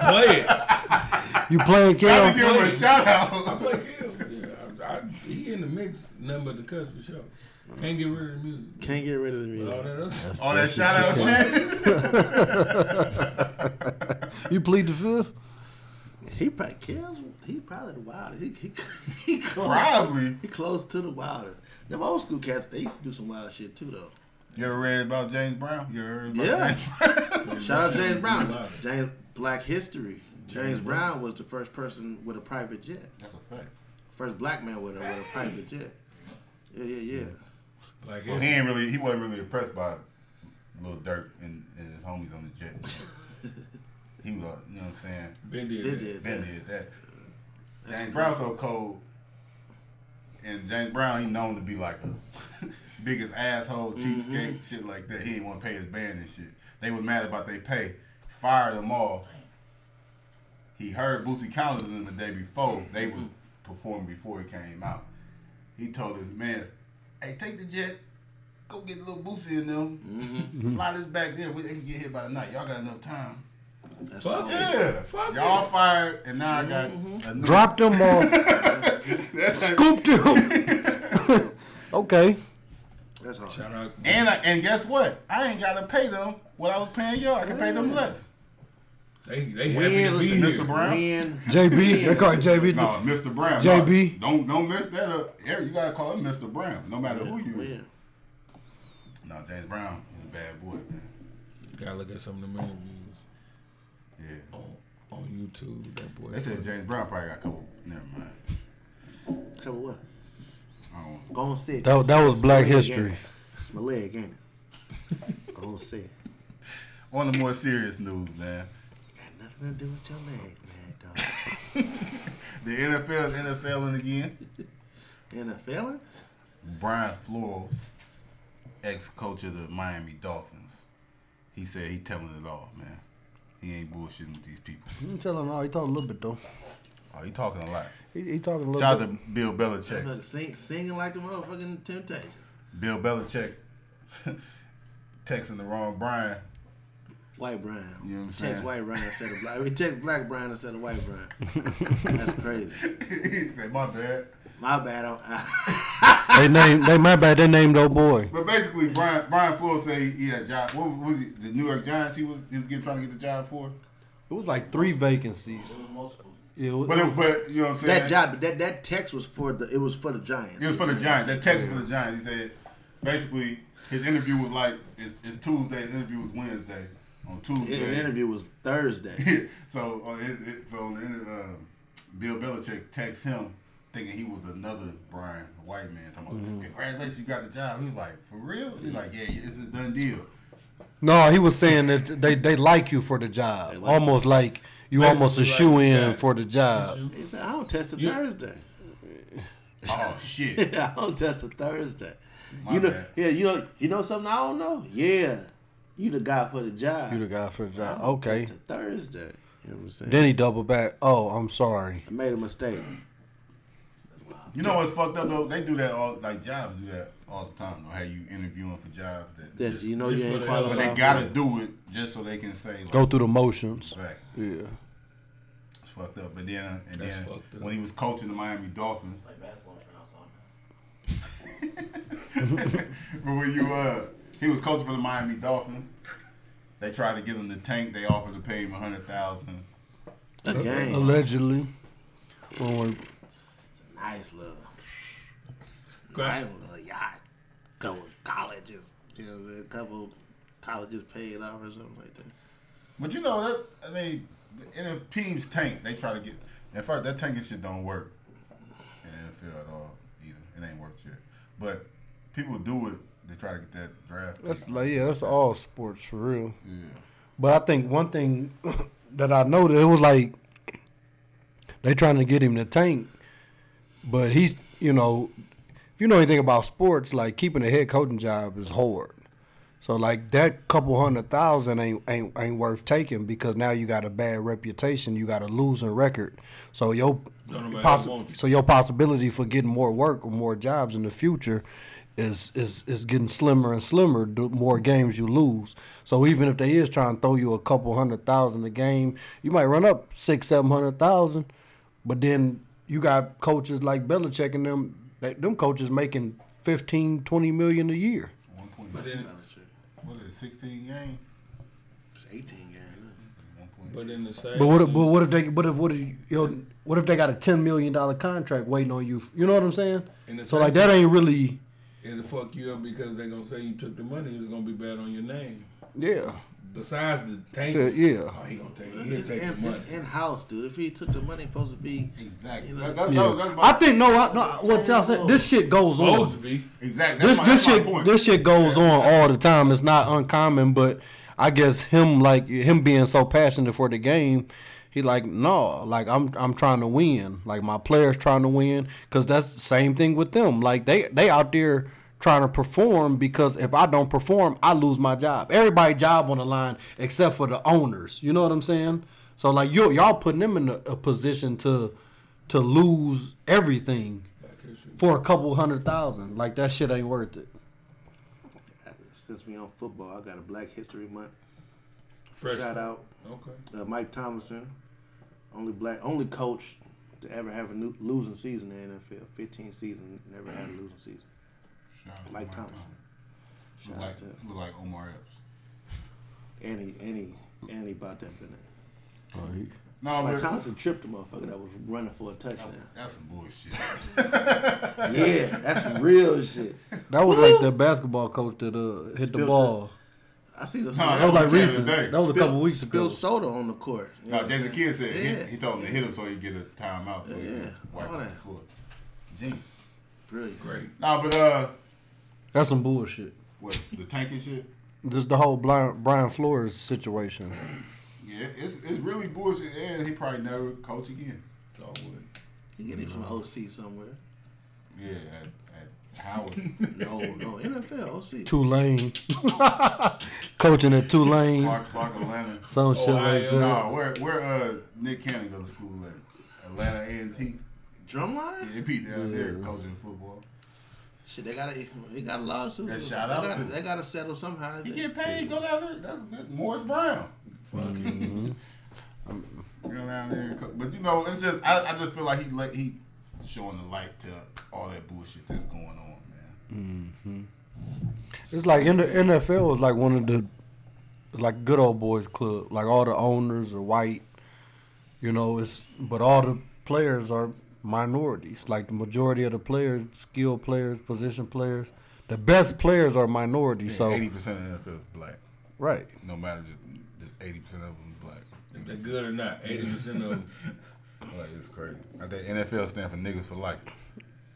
C: far.
B: Play it.
E: You playing
C: I didn't
E: Kill?
C: give him a shout
B: I
C: out.
B: play Kill. Yeah, I, I, he in the mix, nothing but the cuss for sure. Can't get rid of the music.
F: Can't get rid of the music.
B: All that other stuff.
C: All that shout out shit.
E: You plead the fifth?
F: He probably kills. He probably the wildest. He he he close,
C: Probably.
F: He close to the wildest. Them old school cats, they used to do some wild shit too, though.
C: You ever read about James Brown? You ever heard about
F: Yeah.
C: James Brown?
F: Shout out James Brown.
B: Wow.
F: James Black History. James Brown was the first person with a private jet.
C: That's a fact.
F: First black man with a with a private jet. Yeah, yeah, yeah.
B: Like
C: So he ain't really, he wasn't really impressed by Lil Durk and, and his homies on the jet. he was, you know what I'm saying?
B: been
F: They
B: did. that.
F: did.
C: Been
F: that.
C: did that. James Brown so cold, and James Brown he known to be like a biggest asshole,
F: Mm-hmm.
C: cheapskate, shit like that. He didn't want to pay his band and shit. They was mad about they pay, fired them all. He heard Boosie Collins and them the day before they was
F: Mm-hmm.
C: performing before he came out. He told his man, "Hey, take the jet." Go get little Boosie in them.
F: Mm-hmm.
C: Fly this back there. We, they can get here by the night. Y'all got enough time.
F: That's
B: Fuck
F: cool.
B: it.
C: Yeah. Mm-hmm,
B: Fuck
C: Y'all
B: it.
C: fired, and now I got a new
E: Drop them off. Scoop them. okay.
F: That's hard.
B: Shout out.
C: And I, and guess what? I ain't gotta pay them what I was paying y'all. I can pay them less.
B: They, they happy
F: When,
B: to be
F: listen,
B: here.
C: Mr. Brown.
F: When,
E: JB, they call it JB.
C: No, Mr. Brown.
E: JB.
C: No, don't don't mess that up. Here, you gotta call him Mr. Brown, no matter who you.
F: when.
C: No, James Brown is a bad boy, man.
B: Gotta look at some of them interviews
C: Yeah.
B: on, on YouTube. That boy.
C: They said James Brown probably got a couple. Never mind.
F: Cover what?
C: I don't.
F: Go on sit.
E: That, that was Black History.
F: It's my leg, ain't it? Go on sit.
C: On the more serious news, man.
F: Got nothing to do with your leg, man, dog.
C: The NFL is NFLing again.
F: NFL?
C: Brian Flores, ex-coach of the Miami Dolphins, he said he telling it all, man. He ain't bullshitting with these people.
E: You can tell him no. He talked a little bit though.
C: Oh, he talking a lot.
E: He, he talking a little
C: Shout out to
E: bit.
C: Bill Belichick.
F: Motherfucker Sing, singing like the motherfucking Temptation.
C: Bill Belichick texting the wrong Brian.
F: White Brian.
C: You know what I'm
F: text
C: saying?
F: white Brian instead of black. We text black Brian instead of white Brian. That's crazy.
C: he said, "My bad."
F: My bad. I'm, I,
E: They name. They my bad. They named old boy.
C: But basically, Brian Brian Flores said he he had a job. What was, was it? The New York Giants. He was he was getting, trying to get the job for.
E: It was like three vacancies. Yeah. It was,
C: But it, but you know what I'm saying.
F: that job, that that text was for the. It was for the Giants.
C: It was for the Giants. That text was for the Giants. He said, basically, his interview was like, it's, it's Tuesday. His interview was Wednesday. On
F: The
C: Tuesday,
F: interview was Thursday.
C: so on his, it, so on the, inter- uh, Bill Belichick texts him thinking he was another Brian a white man. Talking about, Congratulations, you got the job. He was like, for real? He's like, yeah, yeah, this is a done deal.
E: no, he was saying that they, they like you for the job.
F: like
E: almost like you almost a
B: Basically
E: shoe
B: like
E: in
B: that.
E: for the job.
F: He said, I don't test a
B: Yeah.
F: Thursday.
C: Oh shit!
F: I don't test a Thursday.
C: My
F: you know,
C: bad.
F: yeah, you know, you know something I don't know. Yeah, you the guy for the job.
E: You the guy for the job. Okay.
F: It's a Thursday. You know what I'm saying?
E: Then he doubled back. Oh, I'm sorry.
F: I made a mistake.
C: You know what's fucked up though? They do that all like jobs do that all the time. Though how you interviewing for jobs that,
F: That
C: just-
F: you know
B: just
F: you
B: for
F: ain't
B: the hell of it.
F: qualified.
C: but they gotta do it just so they can say like,
E: Go through the motions.
C: Exactly.
E: Yeah.
C: It's fucked up. But then, and
B: That's
C: then
B: fucked up.
C: when he was coaching the Miami Dolphins,
I: Like basketball tryouts on now.
C: but when you uh, he was coaching for the Miami Dolphins, they tried to get him the tank. They offered to pay him a hundred thousand.
F: The
E: Uh,
F: game.
E: Allegedly. When-
F: nice little, nice
B: Crack.
F: little yacht. Couple colleges, you know, what I'm saying? couple colleges paid off or something like that.
C: But you know that I mean, and if teams tank, they try to get. In fact, that tanking shit don't work in the NFL at all either. It ain't worked yet. But people do it. They try to get that draft. pick.
E: That's like yeah, that's all sports for real.
C: yeah.
E: But I think one thing that I noticed it was like they trying to get him to tank, but he's you know if you know anything about sports, like keeping a head coaching job is hard. So like that couple hundred thousand ain't ain't ain't worth taking because now you got a bad reputation, you got a losing record. So your
B: Don't nobody want
E: possi-
B: you.
E: so your possibility for getting more work or more jobs in the future is is is getting slimmer and slimmer the more games you lose. So even if they is trying to throw you a couple hundred thousand a game, you might run up six, seven hundred thousand, but then you got coaches like Belichick and them that them coaches making 15, 20 million a year.
C: One point.
B: But in,
C: What is it? Sixteen game.
F: It's 18 games.
C: One point.
B: but in the same.
E: But what? If, but what if they? What if? What if? You know, what if they got a ten million dollar contract waiting on you? You know what I'm saying?
B: And it's
E: So like that ain't really.
B: It'll fuck you up because they're gonna say you took the money. It's gonna be bad on your name.
E: Yeah.
B: Besides the tank.
E: So, yeah.
B: Oh, he gonna take. He
F: It's,
B: take the
F: in,
B: money.
F: it's in-house, dude. If he took the money, it's supposed to be
C: Exactly.
F: You know,
C: That- that-
E: Yeah.
C: that- that's my-
E: I think no. I, no. What y'all saying? This shit goes
B: Supposed to
E: on.
B: be.
C: Exactly.
E: This
C: That's my-
E: this
C: that's my
E: shit
C: point.
E: this shit goes on all the time. It's not uncommon, but I guess him like him being so passionate for the game. He like no, like I'm I'm trying to win. Like my players trying to win, cause that's the same thing with them. Like they they out there trying to perform because if I don't perform, I lose my job. Everybody job on the line except for the owners. You know what I'm saying? So like you y'all putting them in a, a position to to lose everything for a couple hundred thousand. Like that shit ain't worth it.
F: since we on football, I got a Black History Month.
B: Fresh.
F: Shout out
B: Okay.
F: uh, Mike Thomason, only black, only coach to ever have a new, losing season in the NFL. 15 seasons, never had a losing season.
C: Shout out to
F: Mike
C: Mike
F: Thompson.
C: Thompson. Look like, look like Omar Epps.
F: Annie, Annie, Annie bought that minute.
E: Oh, he,
C: No,
F: Mike
C: but
F: Thompson tripped the motherfucker that was running for a touchdown.
C: that's some bullshit.
F: Yeah, that's real shit.
E: that was like the basketball coach that uh, hit
F: Spilled
E: the
F: it.
E: ball.
F: I see the
C: No,
F: soda.
E: That was like
C: Yeah,
E: recent.
C: today.
E: That was a couple weeks ago.
F: spilled soda on the court. You know
C: No,
F: what I'm
C: Jason
F: saying?
C: Kidd said
F: Yeah.
C: he, he told him to hit him so he get a timeout so he
F: Yeah,
C: can wipe
F: all
C: off
F: that.
C: the court. Genius.
F: Brilliant.
B: Great.
C: Nah, but uh,
E: That's some bullshit.
C: what the tanking shit?
E: Just the whole Brian, Brian Flores situation.
C: Yeah, it's it's really bullshit, and he probably never coach again.
B: It's all wood.
F: He get it from OC somewhere.
C: Yeah, at, at Howard.
F: No, Oh, no, NFL, OC.
E: Tulane, coaching at Tulane,
C: Clark, Clark, Atlanta.
E: some shit like
B: Ohio.
E: that.
C: No, where where uh Nick Cannon go to school at? Atlanta A and T.
F: Drumline?
C: Yeah, be down there coaching football.
F: Shit, they got a they got a lawsuit.
C: That
F: They
C: shout out
F: gotta-
C: to-
F: They got to settle somehow.
C: He get paid. Go down there. That's good. Morris Brown. Mm-hmm. Fuck. Go down there, and co- but you know, it's just I, I just feel like he let he showing the light to all that bullshit that's going on, man.
E: It's like in the NFL was like one of the like good old boys club. Like all the owners are white, you know. It's but all the players are minorities. Like the majority of the players, skilled players, position players, the best players are minorities. So
C: eighty percent of the NFL is black.
E: right,
C: No matter just eighty percent of them is black.
B: If they're good or not, 80% of them.
C: Like it's crazy. I think NFL stand for niggas for life.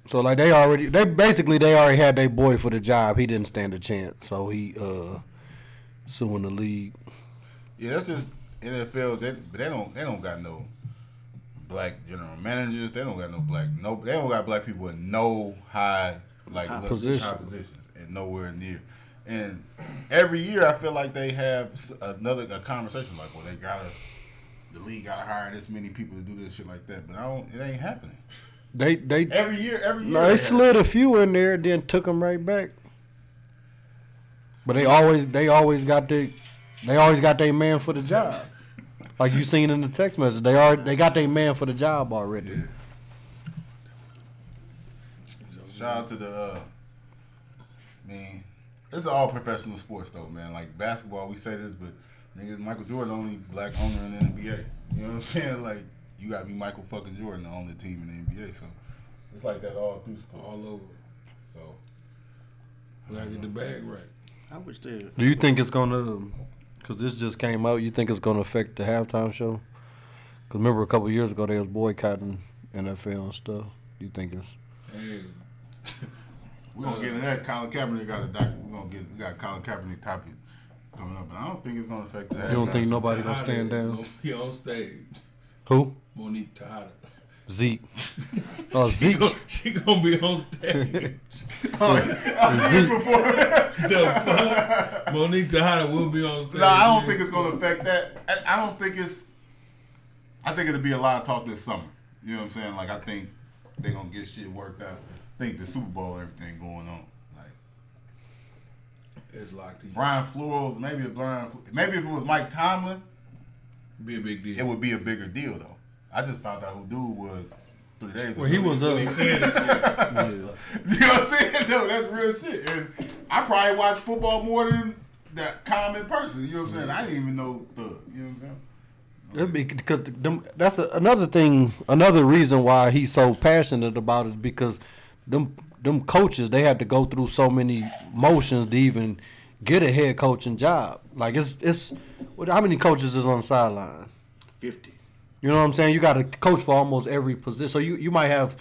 E: so like they already they basically they already had their boy for the job. He didn't stand a chance, so he uh suing the league.
C: Yeah, that's just NFL. They, but they don't they don't got no black general managers. They don't got no black no. They don't got black people in no high like look,
E: position.
C: high positions and nowhere near. And every year I feel like they have s- another a conversation like, well, they gotta the league gotta hire this many people to do this shit like that. But I don't. It ain't happening
E: They they
C: every year. Every year
E: No, they
C: have-
E: slid a few in there and then took them right back. But they always they always got the they always got their man for the job. Like you seen in the text message, they are they got their man for the job already.
C: Shout out to the uh, man. It's all professional sports though, man. Like basketball, we say this, but nigga, Michael Jordan only black owner in the NBA. You know what I'm saying? Like you gotta be Michael fucking Jordan to own the team in the NBA. So it's like that all through sports.
B: all over.
C: So
B: We gotta get the bag right.
F: I wish they.
E: Do you think it's gonna? Because this just came out. You think it's gonna affect the halftime show? Because remember a couple years ago they was boycotting NFL and stuff. You think it's
B: Hey,
C: we gonna get into that. Colin Kaepernick got a doc. We gonna get we got Colin Kaepernick topic coming up, but I don't think it's gonna affect that.
E: you don't think nobody gonna
B: Tejada
E: stand
B: is
E: down?
B: gonna be on stage.
E: Who
B: Monique Tejada.
E: Zeke? Oh
B: She
E: Zeke.
B: gonna, she gonna be on stage. the fuck? Monique Tejada will be on stage.
C: No, I don't think it's gonna affect that. I, I don't think it's. I think it'll be a lot of talk this summer. You know what I'm saying? Like I think they're gonna get shit worked out. I think the Super Bowl, everything going on. Like
B: It's locked in.
C: Brian Flores, maybe a Brian. Maybe if it was Mike Tomlin,
B: Be a big deal.
C: it would be a bigger deal though. I just found out who dude was three days ago.
E: Well, he was
B: He
E: up.
B: said this shit.
C: You know what I'm saying? No, that's real shit. And I probably watch football more than the common person. You know what I'm saying? I didn't even know Thug. You know what I'm saying?
E: That'd be- because them, that's a, another thing, another reason why he's so passionate about is because them them coaches they had to go through so many motions to even get a head coaching job. Like it's it's what- how many coaches is on the sideline?
F: 50.
E: You know what I'm saying? You got to coach for almost every position. So you, you might have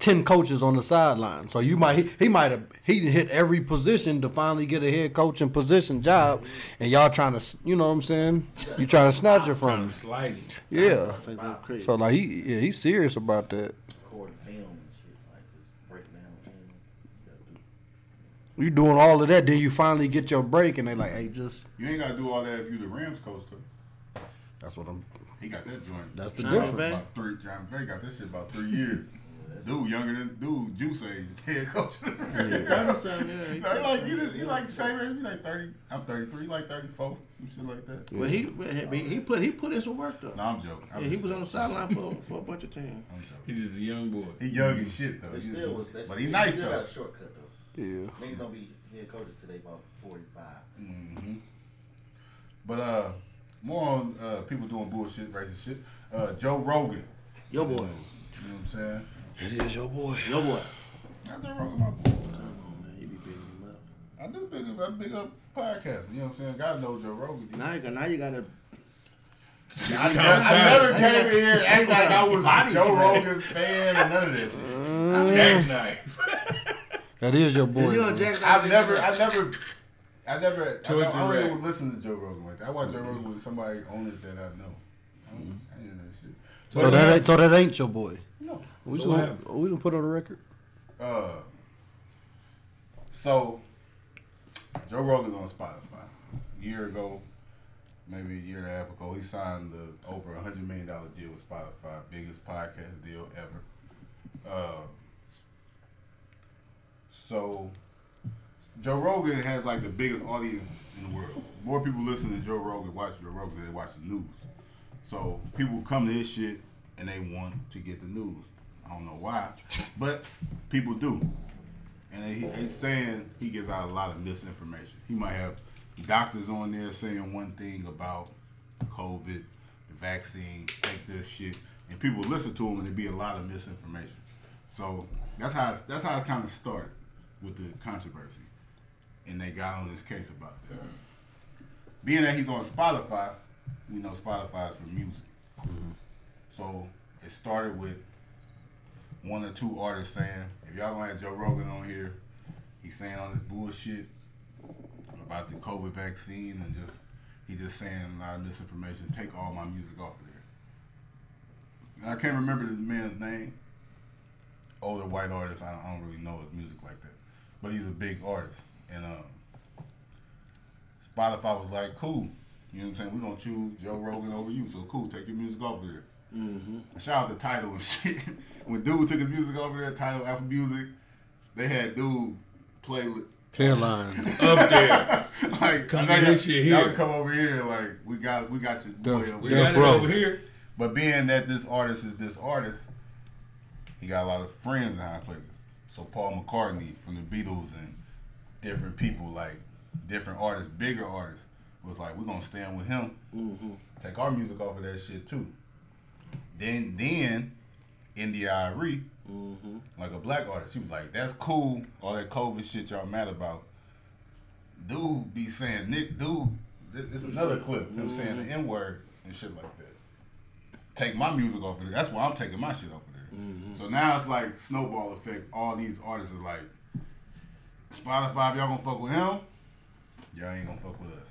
E: ten coaches on the sideline. So you might he, he might have he hit every position to finally get a head coaching position job, and y'all trying to s- you know what I'm saying? You trying to snatch it from
B: I'm
E: him?
B: sliding.
E: Yeah.
F: Say something crazy.
E: So like he yeah, he's serious about that.
I: Recording film and shit like this. Break down film. You gotta do-
E: You doing all of that, then you finally get your break and they like, hey, just
C: You ain't gotta do all that if you the Rams coach though.
E: that's what I'm
C: He got that joint.
E: that's the
F: John
E: difference.
F: Vay?
C: about three. John Vay got this shit about three years. Dude, younger than dude, juice age, head coach.
F: That was something, yeah, he-
C: no, he like you, just, he like the same age. You like thirty. I'm thirty three. You like thirty four. Some shit like that.
F: But he, but he he put he put in some work though.
C: No, I'm joking. I'm
F: Yeah, he
C: just
F: was on the
C: joking.
F: sideline for, for a bunch of teams.
C: I'm joking.
B: He's just a young boy.
C: He young as shit though.
I: But
C: He-
I: still, was, that's
C: but he nice
I: still
C: though.
I: got a shortcut though.
E: Yeah.
I: Niggas don't be head coaches till they about 45.
C: Mm-hmm. But uh, more on uh, people doing bullshit, racist shit. Uh, Joe Rogan.
F: Yo boy.
C: You know what I'm saying?
E: It is your boy.
F: Yo boy.
C: Not Joe Rogan, my boy.
F: Man, he be bigging him up.
C: I do big up, I big up podcasting. You know what I'm saying? Gotta know Joe Rogan.
F: Now you, got- now you gotta
C: I, never, I never
F: back.
C: came in here and acted like I was a
F: Bodies,
C: Joe
F: man.
C: Rogan fan or none of this.
B: Jackknife.
E: That is your boy.
F: Is you
E: bro.
F: on Jack
C: I've never, I never, I never, I,
B: Towards
C: don't- I
B: your
C: don't
B: right.
C: even listen to Joe Rogan like that. I watch Joe Rogan with somebody on it that I know. I, don't, I didn't know that shit. But,
E: So that ain't, so that ain't your boy.
C: no.
E: We
B: So
E: just
B: what
E: gonna,
B: happened?
E: we gonna put on the record.
C: Uh, so Joe Rogan's on Spotify. A year ago, maybe a year and a half ago, he signed the over a hundred million dollar deal with Spotify, biggest podcast deal ever. Uh, so Joe Rogan has like the biggest audience in the world. More people listen to Joe Rogan, watch Joe Rogan than they watch the news. So people come to his shit and they want to get the news. I don't know why, but people do. And they, they saying he gives out a lot of misinformation. He might have doctors on there saying one thing about COVID, the vaccine, take this shit, and people listen to him and it be a lot of misinformation. So that's how it's, that's how it kind of started with the controversy, and they got on this case about that. Being that he's on Spotify, we know Spotify is for music. So it started with one or two artists saying, if y'all don't have Joe Rogan on here, he's saying all this bullshit about the COVID vaccine and just he just saying a lot of misinformation. Take all my music off of there. And I can't remember the man's name. Older white artist, I don't, I don't really know his music like that, but he's a big artist. And um, Spotify was like, "Cool, you know what I'm saying? We're gonna choose Joe Rogan over you, so cool. Take your music off of there." Shout out to Title and shit. when dude took his music over there, Title Alpha Music, they had dude play with
E: Headline.
B: Up there.
C: like
B: Come
C: I know
B: get
C: y'all-
B: this shit
C: y'all
B: here.
C: can come over here. Like we got we got your boy
E: Def-
C: over
B: We
C: here.
E: Def
B: got it
E: Row.
B: over here.
C: But being that this artist is this artist, he got a lot of friends in high places. So Paul McCartney from the Beatles and different people like different artists, bigger artists was like, we're gonna stand with him,
B: Mm-hmm.
C: take our music off of that shit too. Then then India Irie, like a black artist, she was like, that's cool. All that COVID shit y'all mad about. Dude be saying Nick, dude. This this is another clip. Him saying the N word and shit like that take my music off of there. That's why I'm taking my shit off of there. So now it's like snowball effect. All these artists are like, Spotify, if y'all gonna fuck with him, y'all ain't gonna fuck with us.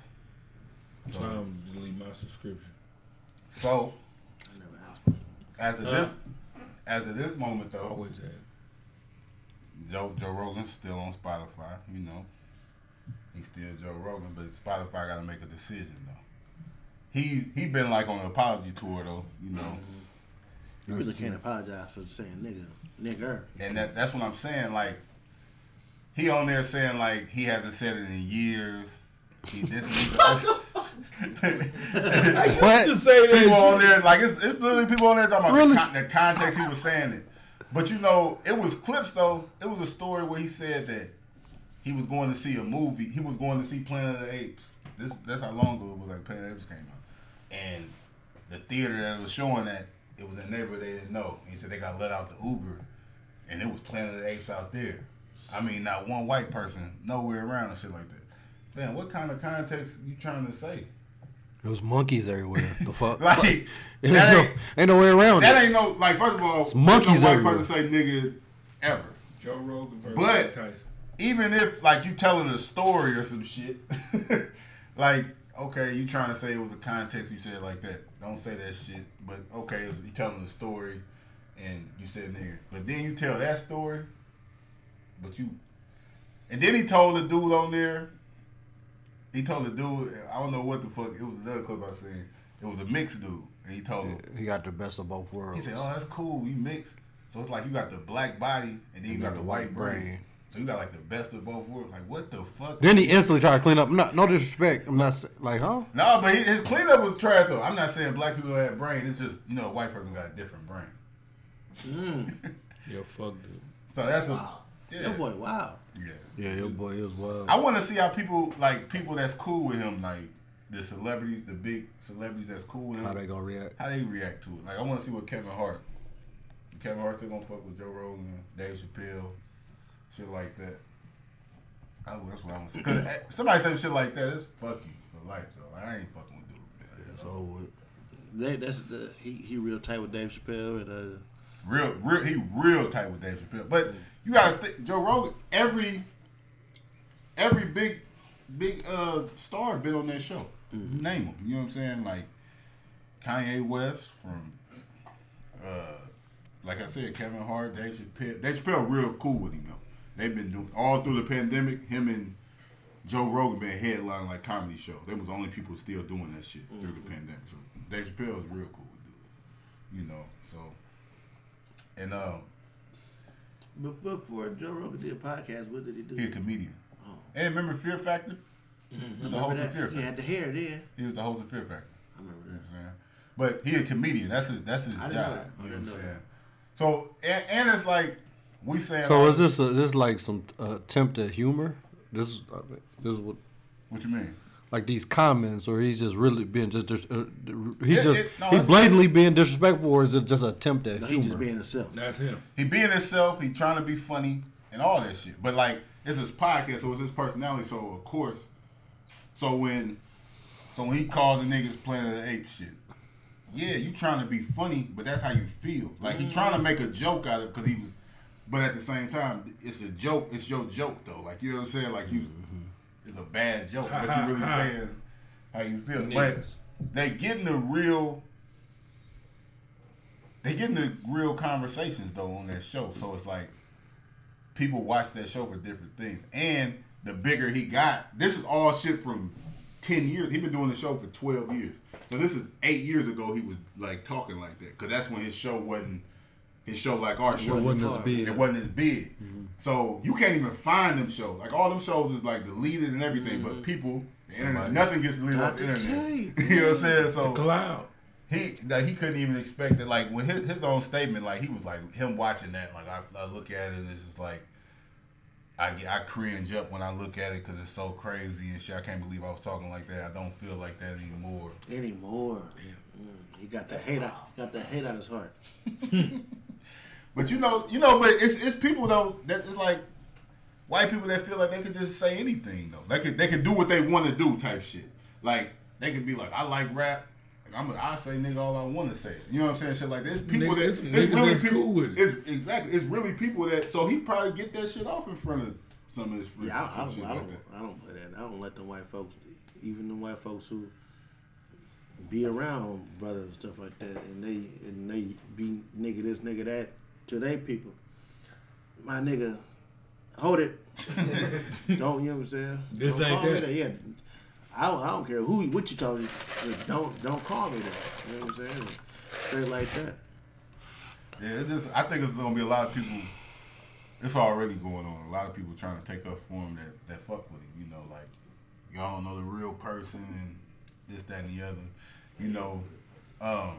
B: So I'm gonna delete my subscription.
C: So as of this as of this moment though,
B: Always had.
C: Joe Joe Rogan's still on Spotify, you know. He's still Joe Rogan, but Spotify gotta make a decision though. He he been like on an apology tour though, you know.
F: You really can't apologize for saying nigga, nigger.
C: And that, that's what I'm saying. Like, he on there saying, like, he hasn't said it in years. He this and he's
E: What?
B: Just say that
C: people
B: shit.
C: on there, like, it's, it's literally people on there talking about
E: Really?
C: the, con- the context he was saying it. But, you know, it was clips, though. It was a story where he said that he was going to see a movie. He was going to see Planet of the Apes. This That's how long ago it was, like, Planet of the Apes came out. And the theater that was showing that, it was a neighborhood they didn't know. He said they got let out the Uber and it was Planet of the Apes out there. I mean, not one white person nowhere around and shit like that. Man, what kind of context you trying to say?
E: There was monkeys everywhere. The fuck?
C: Like
E: Ain't
C: that
E: no,
C: ain't
E: ain't no way around
C: that
E: it.
C: ain't no like. First of all, there's
E: monkeys
C: no white
E: everywhere.
C: person say nigga ever.
B: Joe Rogan versus
C: But-
B: Mike Tyson.
C: Even if like you telling a story or some shit, like okay, you trying to say it was a context. You said like that. Don't say that shit. But okay, it's, you telling a story, and you said nigga. But then you tell that story, but you, and then he told the dude on there. He told the dude, I don't know what the fuck. It was another clip I seen. It was a mixed dude, and he told him,
E: He got the best of both
C: he
E: worlds.
C: said, "Oh, that's cool. You mix." So it's like you got the black body, and then you got the white brain. So you got like the best of both worlds. Like what the fuck?
E: Then he instantly tried to clean up. No, no disrespect. I'm not sa- like, huh?
C: no, but he, his cleanup was trash though. I'm not saying black people don't have brain. It's just you know a white person got a different brain.
B: Yeah, fuck dude.
C: So that's
F: That boy, wow.
C: Yeah.
E: Yeah, your boy is wild.
C: I want to see how people like people that's cool with him, like the celebrities, the big celebrities that's cool with him,
E: How they gonna react?
C: how they react to it. Like I want to see what Kevin Hart. Kevin Hart still gonna fuck with Joe Rogan, Dave Chappelle, shit like that. I, that's what I want to see. Cause eh, somebody said shit like that, it's fuck you for life. So I ain't fucking with dude. man.
E: It's over with.
F: They, that's the, he, he real tight with Dave Chappelle and uh,
C: Real, real, he real tight with Dave Chappelle. But you gotta think, Joe Rogan. Every, every big, big uh star been on that show. Name them. You know what I'm saying? Like Kanye West from, uh, like I said, Kevin Hart, Dave Chappelle. Dave Chappelle real cool with him though. They've been doing all through the pandemic. Him and Joe Rogan been headlining like comedy shows. They was the only people still doing that shit through the pandemic. So Dave Chappelle is real cool with dude. You know, so and um,
F: but before Joe Rogan did a podcast, what did he do?
C: he a comedian.
F: Oh.
C: And remember Fear Factor?
F: Mm-hmm.
C: He was the host of Fear
F: he
C: Factor.
F: had the hair then.
C: He was the host of Fear Factor. You know what I'm saying? But he a comedian. That's his that's his
F: I
C: job.
F: didn't know that. I
C: You know
F: didn't
C: what I'm
F: know
C: saying? So and, and it's like we saying
E: So
C: like-
E: is this a, this like some uh, attempt at humor? This is- I mean, this is what
C: what you mean?
E: like these comments, or he's just really being just dis- uh, he
C: Yeah,
E: just
C: it- no,
E: he
C: it's-
E: blatantly being disrespectful, or is it just an attempt at
F: No, he
E: humor?
F: just being himself.
B: That's him.
C: He being himself, he trying to be funny and all that shit. But like it's his podcast, so it's his personality, so of course so when so when he called the niggas Planet of the Apes shit. Yeah, you trying to be funny, but that's how you feel. Like he trying to make a joke out of because he was but at the same time, it's a joke, it's your joke though. Like you know what I'm saying? Like you it's a bad joke, but you really saying how you feel. But
B: Niggas.
C: they getting the real they getting the real conversations though on that show. So it's like people watch that show for different things. And the bigger he got, this is all shit from ten years. He been doing the show for twelve years. So this is eight years ago. He was like talking like that because that's when his show wasn't his show like our show.
E: wasn't as big. Mm-hmm.
C: It wasn't as big. So you can't even find them shows. Like all them shows is like deleted and everything. But people, the internet, nothing gets deleted off the
F: Dr.
C: internet.
F: Tate.
C: you know what I'm saying? So
B: Cloud.
C: he like he couldn't even expect it. Like when his, his own statement, like he was like him watching that. Like I, I look at it, and it's just like I get I cringe up when I look at it because it's so crazy and shit. I can't believe I was talking like that. I don't feel like that anymore.
F: anymore. Mm, he got the hate out. Got the hate out his heart.
C: But you know, you know, but it's it's people though that it's like white people that feel like they can just say anything though. They could they could do what they want to do type shit. Like they could be like, I like rap. and I'm I say nigga all I want to say. You know what I'm saying? Shit like this. People
B: Niggas-
C: that
B: it's
C: it's
B: niggas
C: really
B: that's
C: people.
B: cool with it.
C: It's exactly. It's really people that. So he probably get that shit off in front of some of his friends.
F: Yeah, I, I
C: some
F: don't,
C: shit
F: I
C: like
F: don't,
C: that.
F: I don't play that. I don't let the white folks, even the white folks who be around brothers and stuff like that, and they and they be nigga this nigga that to they people. My nigga, hold it. don't you know what I'm saying?
B: This
F: don't
B: ain't
F: call me
B: that.
F: Yeah, I don't, I don't care who what you told me. Just don't don't call me that. You know what I'm saying? Straight like that.
C: Yeah, it's just I think it's gonna be a lot of people. It's already going on. A lot of people trying to take up for him that that fuck with him. You know, like y'all don't know the real person and this, that, and the other. You know, um,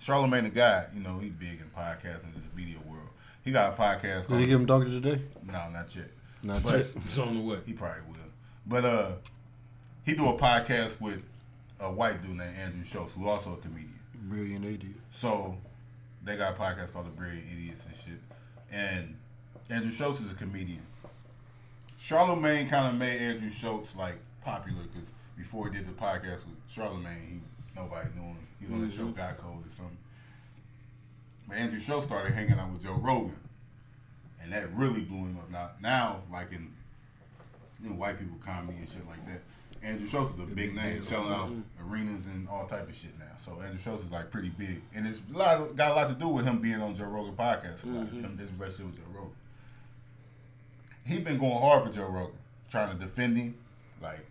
C: Charlemagne the guy. You know, he big in podcasting, this media world. He got a podcast
E: Did
C: called
E: he give him doctor today?
C: No, not yet.
E: Not
C: But-
E: yet.
B: It's on the way.
C: He probably will. But uh, he do a podcast with a white dude named Andrew Schultz, who also a comedian.
E: Brilliant idiot.
C: So they got a podcast called The Brilliant Idiots and shit. And Andrew Schultz is a comedian. Charlemagne kind of made Andrew Schultz like popular because before he did the podcast with Charlemagne, he, nobody knew him. He was on the show God Code or something. But Andrew Schultz started hanging out with Joe Rogan, and that really blew him up. Now, now like in you know white people comedy and shit like that. Andrew Schultz is a big Mm-hmm. name, selling out arenas and all type of shit now. So Andrew Schultz is like pretty big, and it's a lot got a lot to do with him being on Joe Rogan podcast. Like him, his relationship with Joe Rogan. He been going hard for Joe Rogan, trying to defend him, like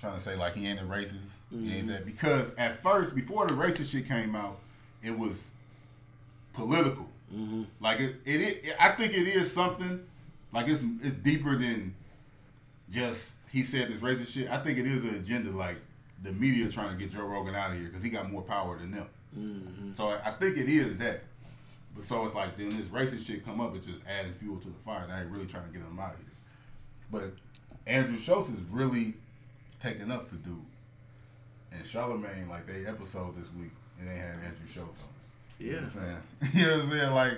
C: trying to say like he ain't a racist, he ain't that. Because at first, before the racist shit came out, it was political. Like it, it, it, I think it is something. Like it's it's deeper than just he said this racist shit. I think it is an agenda. Like the media trying to get Joe Rogan out of here because he got more power than them. So I, I think it is that. But so it's like then this racist shit come up, it's just adding fuel to the fire. They ain't really trying to get him out of here. But Andrew Schultz is really taking up for dude. And Charlemagne, like they episode this week, and they had Andrew Schultz on. it. You know
F: Yeah.
C: what I'm saying? you know what I'm saying? Like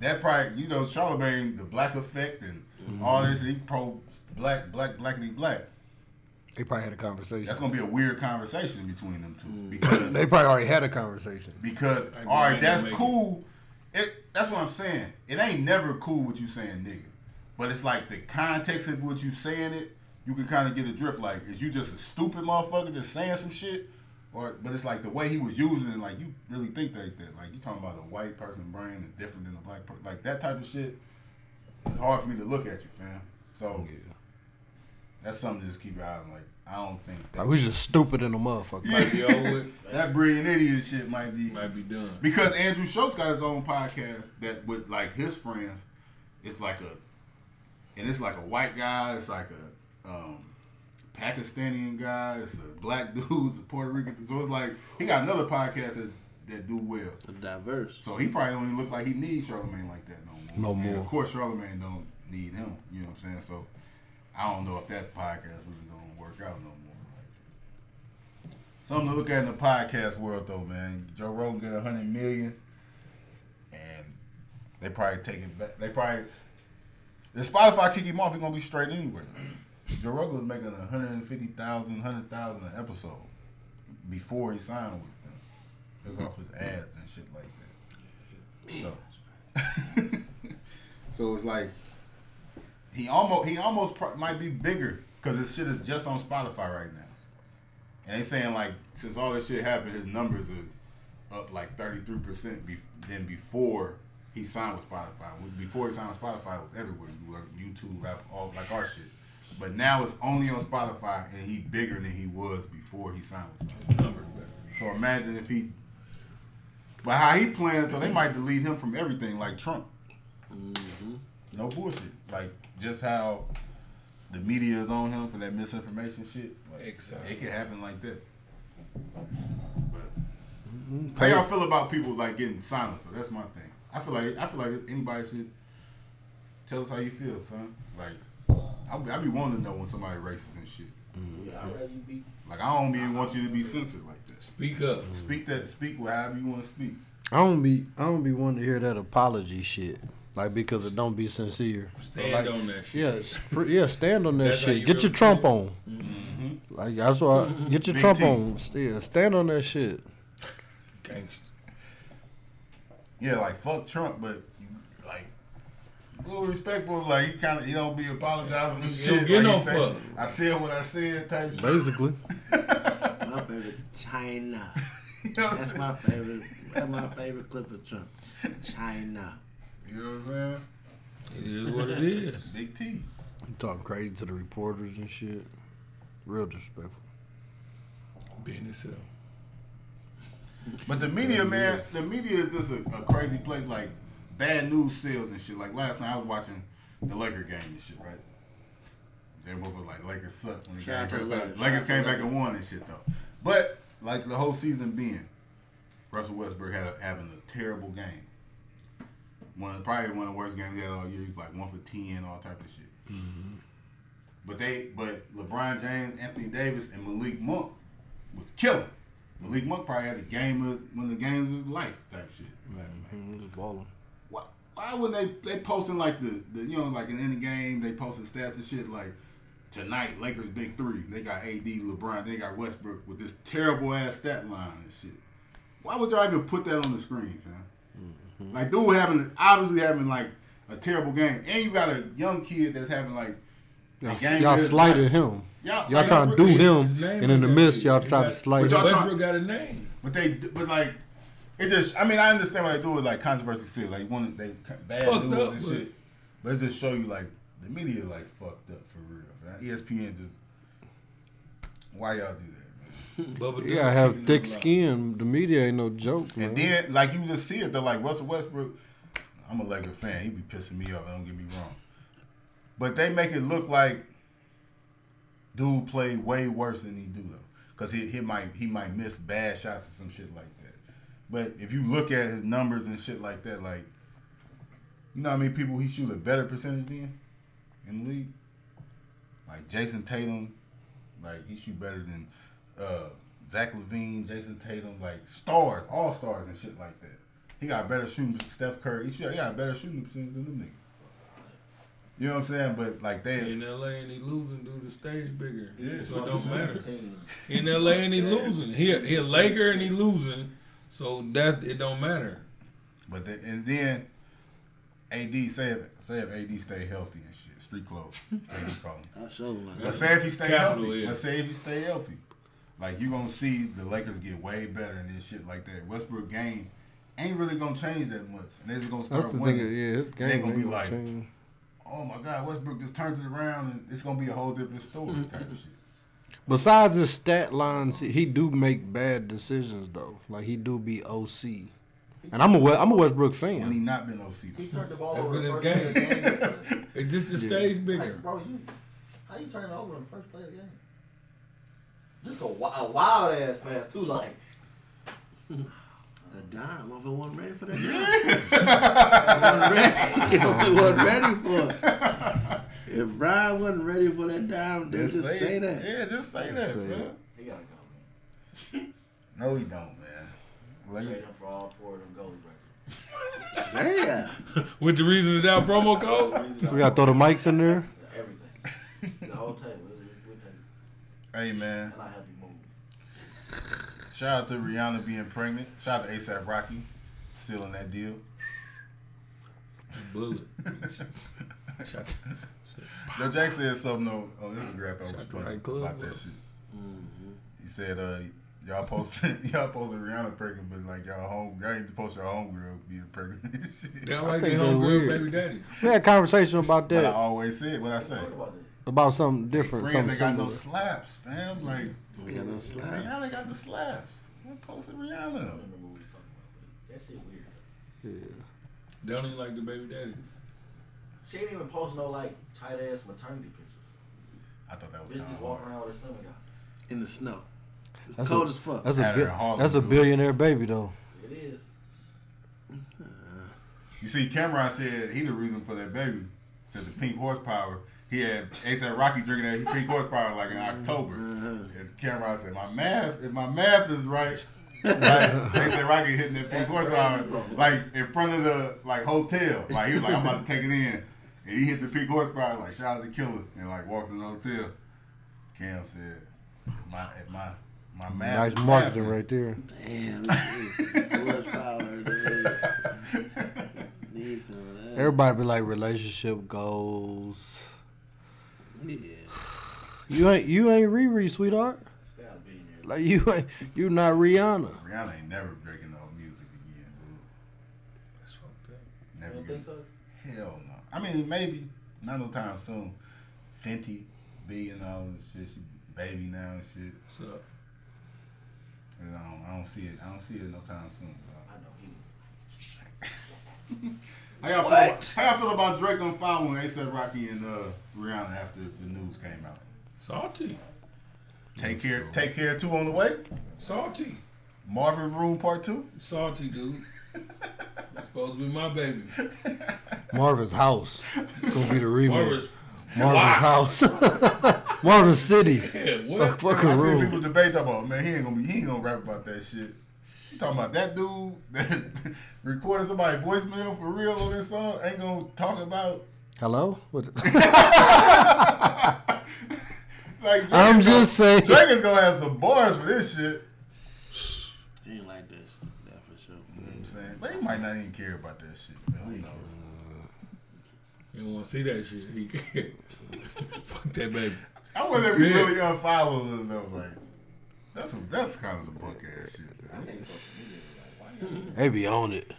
C: that probably you know, Charlemagne, the black effect and all this, he pro black, black, blackity black.
E: They probably had a conversation.
C: That's gonna be a weird conversation between them two. Because
E: they probably already had a conversation.
C: because
B: I agree,
C: all
B: I
C: right, that's
B: didn't make
C: cool. It that's what I'm saying. It ain't never cool what you saying, nigga. But it's like the context of what you saying it, you can kind of get a drift. Like, is you just a stupid motherfucker just saying some shit, or but it's like the way he was using it. Like, you really think like that? Like, you talking about a white person brain is different than a black person? Like that type of shit. It's hard for me to look at you, fam. So that's something to just keep your eye on. Like, I don't think
E: Like,
C: that,
E: we just stupid in the motherfucker.
B: Might be over with.
C: that brilliant idiot shit might be
B: Might be done.
C: because Andrew Schultz got his own podcast that with like his friends, it's like a, and it's like a white guy, it's like a um, Pakistani guy, it's a black dude, it's a Puerto Rican. So it's like he got another podcast that that do well.
F: diverse.
C: So he probably don't even look like he needs Charlemagne like that no more.
E: No
C: And
E: more.
C: of course, Charlemagne don't need him. You know what I'm saying? So I don't know if that podcast really gonna work out no more. Like, Something to look at in the podcast world though, man. Joe Rogan get a hundred million, and they probably take it back. They probably if Spotify kick him off, he gonna be straight anyway. Joe Rogan was making a hundred and fifty thousand, hundred thousand an episode before he signed with them. It was off his ads and shit like that. So, so it's like he almost he almost pro- might be bigger because this shit is just on Spotify right now, and they saying like since all this shit happened, his numbers are up like thirty three percent than before he signed with Spotify. When- Before he signed with Spotify, it was everywhere. You were YouTube, rap, all like our shit. But now it's only on Spotify, and he bigger than he was before he signed with Spotify.
B: Numbers back.
C: So imagine if he. But how he playing, so they might delete him from everything, like Trump.
I: Mm-hmm.
C: No bullshit. Like just how the media is on him for that misinformation shit. Like,
B: Exactly.
C: It could happen like that. But how y'all feel about people like getting silenced? though? That's my thing. I feel like I feel like anybody should tell us how you feel, son. Like I be, I be wanting to know when somebody racist and shit.
I: Mm-hmm. Yeah, I'd rather you be
C: Like I don't even want you to be censored like that.
B: Speak up.
C: Speak that. Speak however you want to speak.
E: I don't be I don't be wanting to hear that apology shit. Like because it don't be sincere.
B: Stand
E: like,
B: on that shit.
E: Yeah, s- pr- yeah, stand on that
B: That's how
E: shit.
B: you
E: Get your
B: really
E: Trump
B: feel.
E: on. Like that's why get your
C: Big
E: Trump
C: T.
E: on. Yeah, stand on that shit.
B: Gangster.
C: Yeah, like fuck Trump, but you, like a little respectful. Like he kind of he don't be apologizing for
B: He don't
C: shit.
B: get
C: like,
B: no
C: he said,
B: fuck.
C: I said what I said type shit.
E: Basically.
F: My favorite China.
C: You know what I'm
F: That's
C: saying?
F: my favorite. That's my favorite clip of Trump. China.
C: You know what I'm saying?
B: It is what it is.
C: Big T.
E: You talking crazy to the reporters and shit. Real disrespectful.
B: Being itself.
C: But the media, man, the media is just a, a crazy place. Like bad news sales and shit. Like last night, I was watching the Laker game and shit, right? They were like Lakers suck when the
F: Shout
C: game
F: out to
C: first
F: the
C: started.
F: Lakers.
C: Lakers
F: Shout out
C: came
F: to the
C: back and won and shit though. But like the whole season being, Russell Westbrook had having a terrible game. One probably one of the worst games he had all year. He was like one for ten, all type of shit. But they, but LeBron James, Anthony Davis, and Malik Monk was killing. Malik Monk probably had a game of one of the games of his life type shit last night.
E: Mm, Just balling.
C: Why, why would they they posting like the, the you know like in any game they posting stats and shit like tonight Lakers big three they got AD LeBron they got Westbrook with this terrible ass stat line and shit. Why would y'all even put that on the screen, man? Like dude having obviously having like a terrible game and you got a young kid that's having like
E: Y'all,
C: The game
E: y'all
C: is
E: slighted
C: like-
E: him.
C: Y'all-
E: Y'all
C: like,
E: trying to do
B: His
E: him,
B: name
E: and in the
B: is-
E: midst, y'all
B: He
E: try to
B: got-
E: slight
C: But y'all
E: him.
C: try-
B: Westbrook got a name.
C: But they, but like, it just. I mean, I understand what they do with like controversy still. Like, one they bad
B: Fucked
C: news
B: up,
C: and
B: but-
C: shit. But it just show you like the media like fucked up for real. Man. E ESPN just. Why y'all do that,
B: Bubba Douglas
E: You gotta have
B: keeping uh, it
E: thick
B: alive.
E: skin. The media ain't no joke,
C: man?
E: man.
C: And then like you just see it. They're like Russell Westbrook. I'm a Laker fan. He be pissing me off. Don't get me wrong. But they make it look like dude played way worse than he do though, cause he, he might he might miss bad shots or some shit like that. But if you look at his numbers and shit like that, like you know how many people he shoot a better percentage than in the league? Like Jason Tatum, like he shoot better than uh, Zach Levine, Jason Tatum, like stars, all stars and shit like that. He got better shooting Steph Curry. He, shoot, he got better shooting percentage than them niggas. You know what I'm saying? But like they
B: In LA and he losing, dude, the stage bigger.
C: Yeah.
B: so it don't matter. In LA and he losing. He a, he a Laker and he losing. So that it don't matter.
C: But the, and then AD say if, say if AD stay healthy and shit, street clothes, AD problem.
F: I show him like
C: But say if he stay
B: Capital
C: healthy,
B: is.
C: but say if he stay healthy, like you gonna see the Lakers get way better and this shit like that. Westbrook game ain't really gonna change that much, and they're just gonna start
E: That's the thing.
C: winning.
E: Yeah, his game
C: gonna
E: ain't
C: be
E: gonna
C: like-
E: change.
C: Oh my God, Westbrook just turned it around, and it's gonna be a whole different story
I: Mm-hmm.
C: type of shit.
E: Besides his stat lines, he- he do make bad decisions though. Like he do be OC. And I'm a West, I'm a Westbrook
C: When he
E: fan.
C: not been OC,
I: He turned the ball
B: That's
I: over the
B: what
I: first
B: his
I: play of the
B: game
I: game.
B: It's just the stage
I: Hey,
B: bigger.
I: bro, you how you turn it over in the first play of the game? Just a, wi- a wild ass pass too, like
F: a dime. Motherfucker wasn't ready for that. dime. Motherfucker wasn't ready. Motherfucker wasn't ready for. it. If Ryan wasn't ready for that dime, then just say
C: it.
F: that.
C: Yeah, just say that.
E: Just say
C: man.
E: it.
I: he gotta go,
C: No, he don't, man.
I: man.
C: Lakers,
I: Trade him for all four of them goalies right
F: Damn.
B: With the reason of that promo
I: there.
B: code?
I: Reason
E: We
I: about
E: gotta throw the mics in there.
I: everything. The whole table. We'll, we'll take it.
C: hey man,
I: And I help you move.
C: shout out to Rihanna being pregnant. Shout out to ASAP Rocky, still in that deal.
B: Bullet. Shot
C: Yo, Jack said something on, on Instagram that was
B: Shot the
C: funny
B: right club,
C: about
B: bro.
C: that shit. He said, uh, y'all posted y'all posted Rihanna pregnant, but like y'all home y'all ain't post your homegirl being pregnant and shit.
B: They don't like
E: think
B: their
E: they're
B: homegirl
E: weird.
B: baby daddy.
E: We had a conversation about
C: But I
E: that
C: always said what I say.
I: Talk about that.
E: about something different.
C: Friends
E: Something
C: ain't got no
E: similar.
C: slaps, fam. Like
F: Yeah, no slap.
C: Rihanna got the slaps. I posted Rihanna.
I: I'm in the movie talking about that. That shit weird.
B: They don't even like the baby daddy.
I: She ain't even post no like tight ass maternity pictures.
C: I thought that was
I: Bitch
C: kinda
I: just walking
C: hard.
I: around with her stomach out.
F: In the snow. It's
E: That's
F: cold
E: a-
F: as fuck.
E: That's a
C: Had her in
E: bi-
C: Harlem,
E: that's a
C: dude.
E: billionaire baby though.
I: It is.
C: You see, Cameron said he the reason for that baby. Said the pink horsepower. He had ASAP Rocky drinking that pink horsepower like in October. And Cameron said, "My math, if my math is right." like, ASAP Rocky hitting that pink horsepower like in front of the like hotel. Like he was like, "I'm about to take it in," and he hit the pink horsepower like shout out to Killer and like walked in the hotel. Cam said, "My if my my math."
E: Nice marketing right there.
F: Damn. this is- horsepower, dude. Need some of that.
E: Everybody be like relationship goals.
F: Yeah.
E: You ain't you ain't Riri, sweetheart.
I: Stay out of being there.
E: Like you ain't you not Rihanna.
C: Rihanna ain't never breaking no music again, dude.
B: That's fucked up.
C: Never.
I: You don't
C: gonna-
I: think so?
C: Hell no. I mean, maybe not no time soon. Fenty, B and all this shit. She baby now and shit.
B: What's up?
C: And I don't, I don't see it. I don't see it no time soon.
I: I
C: Bro.
I: know he was.
C: How y'all what? feel? How y'all feel about Drake on fire when ASAP Rocky and uh, Rihanna after the news came out?
B: Salty.
C: Take care. Take care. Two on the way.
B: Salty.
C: Marvin Room Part Two.
B: Salty, dude. That's supposed to be my baby.
E: Marvin's house. It's gonna be the remix.
B: Marvin's.
E: Marvin's, house. Marvin's city.
B: Yeah, what?
E: Fuck
C: I
E: a
C: see
E: room.
C: people debate about man. He ain't gonna be. He ain't gonna rap about that shit. You talking about that dude that recorded somebody voicemail for real on this song? Ain't gonna talk about
E: Hello? What?
C: like. Drake
E: I'm
C: is gonna-
E: just saying.
C: Drake is gonna have some bars for this shit.
F: She ain't like this. That for sure.
C: You know what I'm saying? But he might not even care about that shit, man. Who knows?
B: You don't want to see that shit. He can't. Fuck that baby.
C: I wonder if he
B: Yeah.
C: really unfollows him though. Like that's a, that's kind of some punk ass shit. man.
E: They be on it.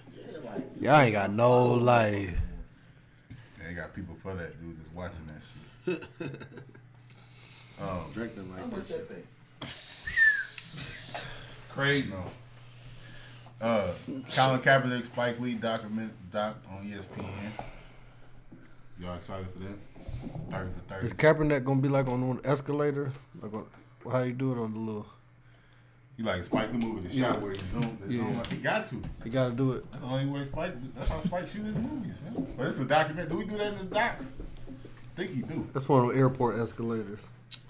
E: Y'all ain't got no life.
C: They got people for that dude just watching that shit.
F: Drake didn't
I: How
F: like
I: much
F: this shit.
I: that pay?
B: Crazy.
C: No. Uh, Colin Kaepernick, Spike Lee document doc on E ESPN. Y'all excited for that? Thirty for
E: Is
C: thirty.
E: Kaepernick gonna be like on an escalator? Like on, how you do it on the little
C: You like Spike the movie, the shot
E: Yeah.
C: where he zoomed, the
E: Yeah.
C: zoom, like, he got to.
E: You gotta do it.
C: That's the only way Spike. That's how Spike shoots his movies, man. But it's a document. Do we do that in the docs? think he do.
E: That's one of the airport escalators.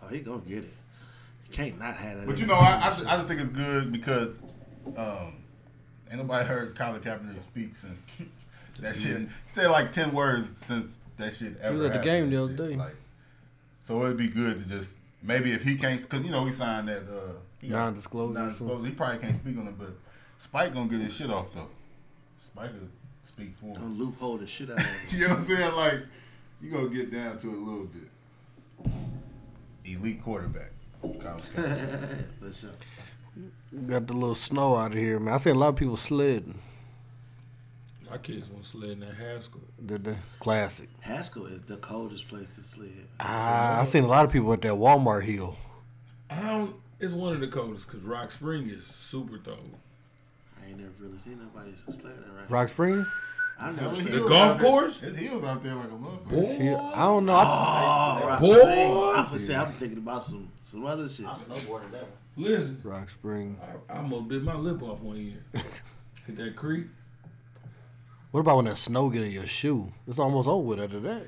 F: Oh, he gonna get it. He can't not have that.
C: But you know, I, I, just, I just think it's good because um, ain't nobody heard Colin Kaepernick speak since that shit. He said like ten words since that shit ever.
E: was at the
C: happened
E: game
C: and
E: the other
C: shit.
E: day.
C: Like, so it'd be good to just maybe if he can't, because you know he signed that uh, he got
E: Non-disclosure or
C: Non-disclosure. He probably can't speak on it, but Spike gonna get his shit off though. Spike will speak for him.
F: gonna loophole the shit out of him.
C: You know what I'm saying? Like, you gonna get down to it a little bit. Elite quarterback. Colin Kaepernick.
F: For sure.
E: We Got the little snow out of here, man. I see a lot of people sledding.
B: My kids went sledding at Haskell.
E: Did they? Classic.
F: Haskell is the coldest place to sled.
E: Ah, I seen a lot of people at that Walmart hill.
B: I don't. It's one of the coldest because Rock Spring is super though.
F: I ain't never really seen nobody sled that right.
E: Rock Spring?
F: I never
C: His
F: seen
C: heels
B: golf
C: out there-
B: course?
C: His heels out there like a motherfucker.
B: Boy.
E: It's here. I don't know. I-
F: Oh,
B: Boy.
F: I could say I'm thinking about some some other shit.
I: I'm snowboarding that one.
B: Listen,
E: Rock Spring.
B: I, I almost bit my lip off one year. Hit that creek.
E: What about when that snow get in your shoe? It's almost over with after that.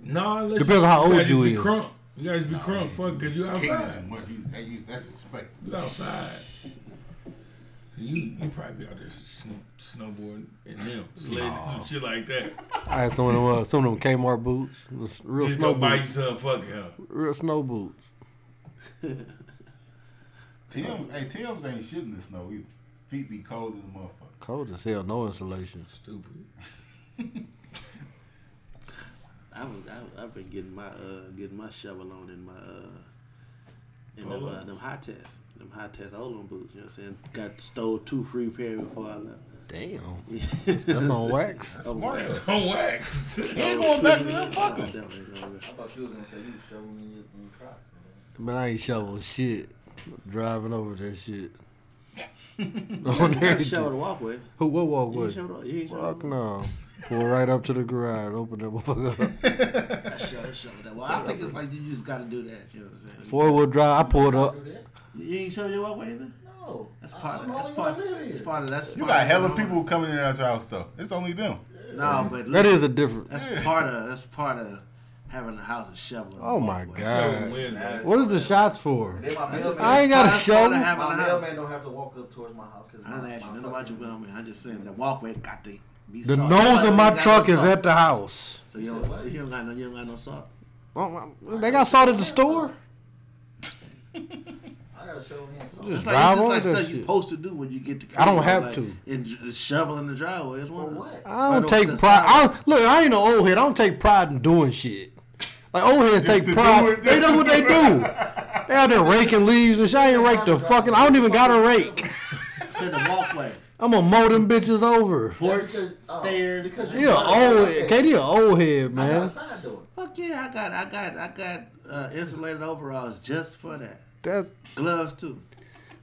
B: Nah, unless
E: Depends on how old
B: gotta just
E: you
B: be
E: is.
B: Crunk. You guys be crunk, fuck, cause you
C: Kicking it too
B: outside.
C: much. You- that- you- that's expected.
B: You outside. You you probably be out there snow, snowboarding and them sledding some shit like that.
E: I had some of them, uh, some of them Kmart boots. It was Real
B: Just
E: snow
B: go buy you
E: boots.
B: some fucking huh?
E: Real snow boots.
C: Tim's, hey, Tim's ain't shit in the snow either. Feet be cold as a motherfucker.
E: Cold as hell. No insulation.
B: Stupid.
F: I was I, I've been getting my uh getting my shovel on in my uh in them,
B: Hold on.
F: uh, them high tests, them high test Olin boots. You know what I'm saying? Got stole two free pair before I left.
E: Damn. That's on wax.
F: Oh,
C: Smart.
F: wow.
C: though.
B: Don't wax.
C: ain't going back to that fucker.
F: Definitely.
H: I thought you was gonna say you was shoveling in your in your crop.
E: Man, I ain't shoveling shit. Driving over that shit. on
F: You gotta shovel
E: everything.
F: the walkway.
E: Who, what
F: You ain't
E: walkway?
F: shovel the you ain't shovel
E: Fuck
F: the-
E: no. Pull right up to the garage. Open that motherfucker up.
F: I shovel- shovel that. Well, I think it's like you just gotta do that. You know what I'm saying?
E: Four wheel drive. I pulled up.
I: Do that?
F: You ain't shovel your walkway either.
I: No.
F: That's
I: I-
F: part.
I: I'm
F: Of,
I: the
F: that's
I: only
F: part.
I: one living
F: That's
I: here.
F: part of that's.
C: You
F: part
C: got
F: of
C: hella
F: the-
C: people coming in and out your house though. It's only them.
F: No, but
E: That is
F: listen,
E: a different.
F: that's part of that's part of having the house a shovel.
E: Oh my
B: Shovel
E: god.
B: win, man.
E: What is the shots for?
I: My mailman,
E: I ain't got a shovel.
I: my mailman don't have to walk up towards my house because
F: I didn't ask you nothing about your well, man. I'm just saying the walkway got to be
E: The
F: salt.
E: nose
F: Everybody
E: of my
F: got no
E: truck is
F: salt.
E: at the house.
F: So you don't, so you don't got no, you don't got no salt.
E: Oh, my- They got salt at the store.
I: I got a shovel hand. So
E: Just
F: It's
E: drive
F: like,
E: over
F: it's like
E: that
F: stuff
E: shit.
F: you're supposed to do when you get to.
E: I don't
F: Cleveland,
E: have
F: like,
E: to.
F: And j- shovel in the driveway is
I: for
F: one. of them.
I: what?
E: I
F: Right
E: don't
F: over
E: take
F: the
E: pride. I
F: side.
E: don't, look, I ain't no old head. I don't take pride in doing shit. Like old heads take
C: to do
E: pride.
C: it,
E: they
C: just
E: do
C: to
E: what they do. They out there raking leaves and shit. I ain't rake the fucking. I don't even got a rake.
F: It's in the walkway.
E: I'm gonna mow them bitches over.
F: Porch,
I: Because- oh,
F: stairs.
I: because
E: He a old head. KD a old head,
I: I got a
E: man.
I: side door.
F: Fuck yeah, I got, I got, I got uh, insulated overalls just for that.
E: That
F: Gloves too.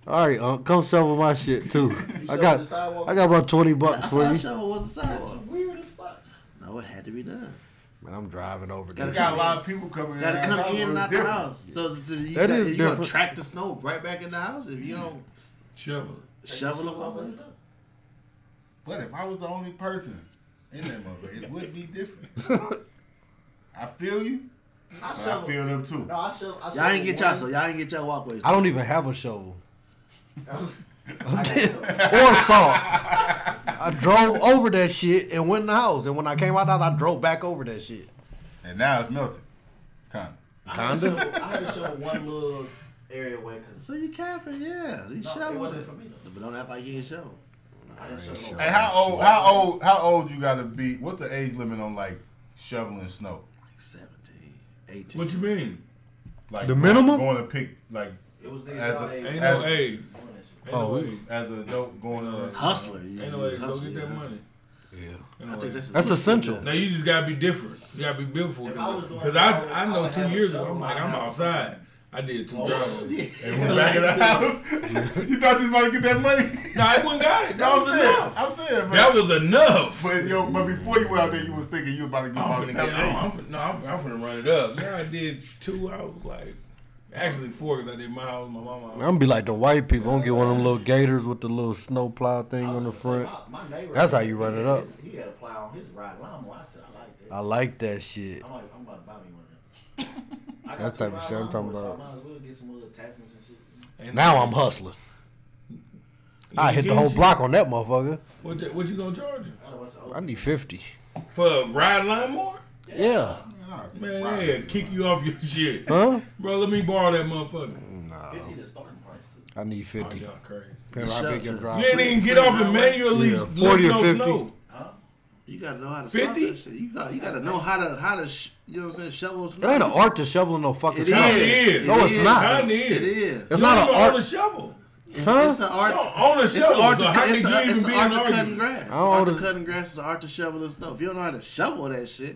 E: all right, Unc. Come shovel my shit too. I
I: shovel
E: got
I: the sidewalk?
E: I got about twenty bucks
F: I
E: for
F: saw
E: you.
F: a shovel was a
I: That's
F: sidewalk.
I: weird as fuck.
F: No, it had to be done.
E: Man, I'm driving over
C: You
E: this.
C: got a
E: shit.
C: lot of people coming in.
F: Gotta
C: and
F: come
C: out
F: in
C: your
F: and out the
C: different.
F: house. So, so you
E: That
F: got,
E: is
F: you gonna
E: different.
F: track the snow right back in the house if you don't
B: Shovel. it.
F: shovel it
I: Shovel
F: over.
I: hand.
C: But if I was the only person in that motherfucker, it would be different. I feel you,
I: I
C: but I
I: shovel.
C: feel them too.
I: No, I shovel. I shovel
F: Y'all ain't get y'all so
I: one-
F: y'all ain't get y'all walkways.
E: I don't even have a shovel
I: I got shovel.
E: or salt. I drove over that shit and went in the house. And when I came out, the house, I drove back over that shit.
C: And now it's melted. Kinda.
E: Kinda.
I: I had to shovel one little area away because
F: So you capping, yeah. You
I: No, it
F: shovel
I: wasn't
F: it.
I: for me, though.
F: But don't act like you ain't shovel.
I: I didn't
B: Oh,
I: shovel.
C: Hey, how old? How old? How old you gotta be? What's the age limit on like shoveling snow?
F: Like 17, 18.
B: What you mean?
C: Like
E: The minimum?
C: going to pick like
I: It was
C: As
I: niggas y'all
C: a-
I: age.
B: Ain't
I: doing
B: no
C: As-
B: age.
I: that shit.
B: Ain't no
E: Oh,
B: age.
C: as an adult going to
F: Hustler. you-
B: Ain't no age. Go
F: hustler,
B: get
F: yeah.
B: that money.
E: Yeah.
B: Ain't
F: I
B: no
F: think
B: age.
F: that's,
E: That's essential.
B: Now you just gotta be different. You gotta be built for it.
I: If I was doing
B: Because
I: that, I
B: I,
I: would-
B: I
I: I
B: know
I: would
B: two
I: have a Oh.
B: years ago,
I: shovel
B: I'm
I: in
B: like,
I: my
B: I'm
I: house.
B: outside. I did two driveways.
C: and went back in the house. you thought you was about to get that money.
B: No, I wouldn't got it. That
C: I'm
B: was
C: saying,
B: enough.
C: I'm saying,
B: That
C: but,
B: was enough.
C: but yo, but before you went out there, you was thinking you was about to get
B: I'm
C: about
B: finna get.
C: seven, eight.
B: I'm, I'm, fin- no, I'm, I'm finna run it up. Yeah, I did two. I was like, Actually, four because I did my house, my mama.
E: I'm
B: house.
E: gonna be like the white people. I'm gonna get one of them little gators with the little snow plow thing on the front.
I: My, my neighbor.
E: That's how you run it up.
I: He had a plow on his ride lawnmower. I said, I like that.
E: I like that shit.
I: I'm like, I'm about to buy me one of them. I got
E: That
I: two
E: type of shit I'm
I: lawnmowers,
E: talking
I: so I
E: about.
I: might as well get some little attachments and shit.
B: And-
E: Now I'm hustling. I hit the whole block on that motherfucker.
B: What, the, what you gonna charge her?
I: I don't want to
E: I need fifty.
B: for a ride lawnmower?
E: Yeah.
B: Man, yeah, kick you off your shit,
E: Huh?
B: bro. Let me borrow that motherfucker.
I: Fifty the starting price. too.
E: I need
B: Oh,
E: fifty.
B: y'all crazy.
E: Apparently I been
B: You ain't
E: getting dropped.
B: even get off and manually
E: Yeah,
B: let
E: 40 or
B: no
E: 50.
B: snow.
F: You gotta know how to
B: 50?
F: salt that shit. You got you gotta know how to how to sh- you know what I'm saying shovel. snow.
E: There ain't an art to shoveling no fucking
F: It
E: snow.
B: is.
E: No, it's
F: It is.
E: not.
B: Kinda is.
F: It is.
E: It's
B: You
E: not
B: don't
E: an
B: even own
E: art.
B: a shovel.
E: Huh?
F: It's an art.
B: You don't own a
F: It's an
B: shovel.
F: art
B: so
F: to,
B: how
F: it's
B: can
F: a,
B: you
F: it's
B: even
F: an
B: be
F: art
B: an
F: to cutting
B: argument?
F: grass. It's an
E: don't
F: art to
E: order-
F: cutting grass. It's an art to shoveling snow. If you don't know how to shovel that shit,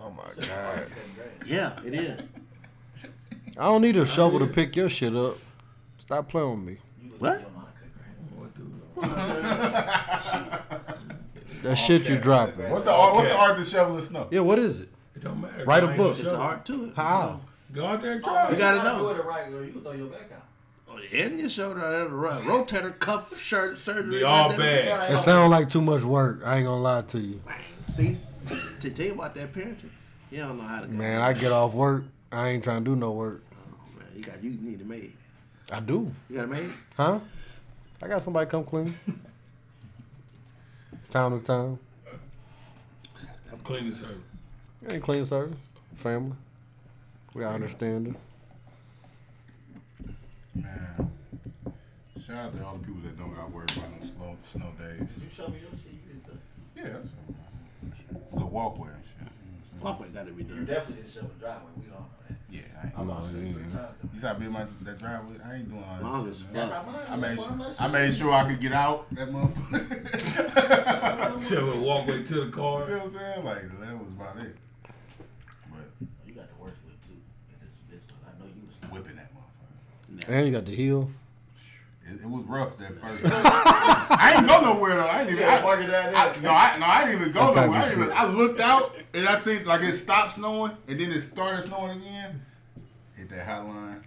E: Oh my god.
F: yeah, it is.
E: I don't need a shovel to pick your shit up. Stop playing with me.
F: What?
E: That shit you dropping.
C: What's the art? What's the art to shoveling snow?
E: Yeah, what is it?
B: It don't matter.
E: Write a
B: Ain't
E: book.
F: It's an
B: shovel.
F: art to it.
E: How?
B: Go out there and try.
F: You
B: it.
F: gotta
I: If not Do
F: know.
I: it right, girl. You can throw your back out.
F: In your shoulder, I had a ro- rotator cuff shirt surgery.
B: Be all
F: goddamn it.
B: bad.
E: That sounds like too much work. I ain't gonna lie to you.
F: See, to tell you about that parenting, you don't know how to.
E: Man, I get off work. I ain't trying to do no work.
F: Man, you got you need a maid.
E: I do.
F: You got a maid?
E: Huh? I got somebody come clean. time to time.
B: I'm cleaning this up.
E: It ain't clean service. Family. We all understand it.
C: Man, shout out to all the people that don't got worried about no slow snow days.
I: Did you show me your shit? You didn't. Tell.
C: Yeah, that's the walkway and shit.
I: Mm-hmm.
C: You know what I'm saying?
F: Walkway got to be
I: You
F: done.
I: definitely didn't show the driveway. We all know that.
C: Yeah, I ain't.
I: I'm on six three times.
C: You saw me in my that driveway. I ain't doing all that.
F: Long
C: shit,
F: as
C: man.
F: fuck.
I: That's how mine.
C: I made,
I: That's why I'm not
C: I
I: sure.
C: made sure I could get out that motherfucker.
B: Shovel walkway to the
C: you know
B: car.
C: what I'm saying? Like that was about it. But
I: You got the worst whip too. And this, this one, I know you was.
C: whipping that motherfucker.
E: And you got the heel.
C: It, it was rough that first. I ain't go nowhere though. I ain't even. I,
I: park it down there.
C: I, no, I, no, I didn't even go
E: That type
C: nowhere. I,
E: of
C: didn't even,
E: shit.
C: I looked out and I seen like it stopped snowing and then it started snowing again. Hit that hotline.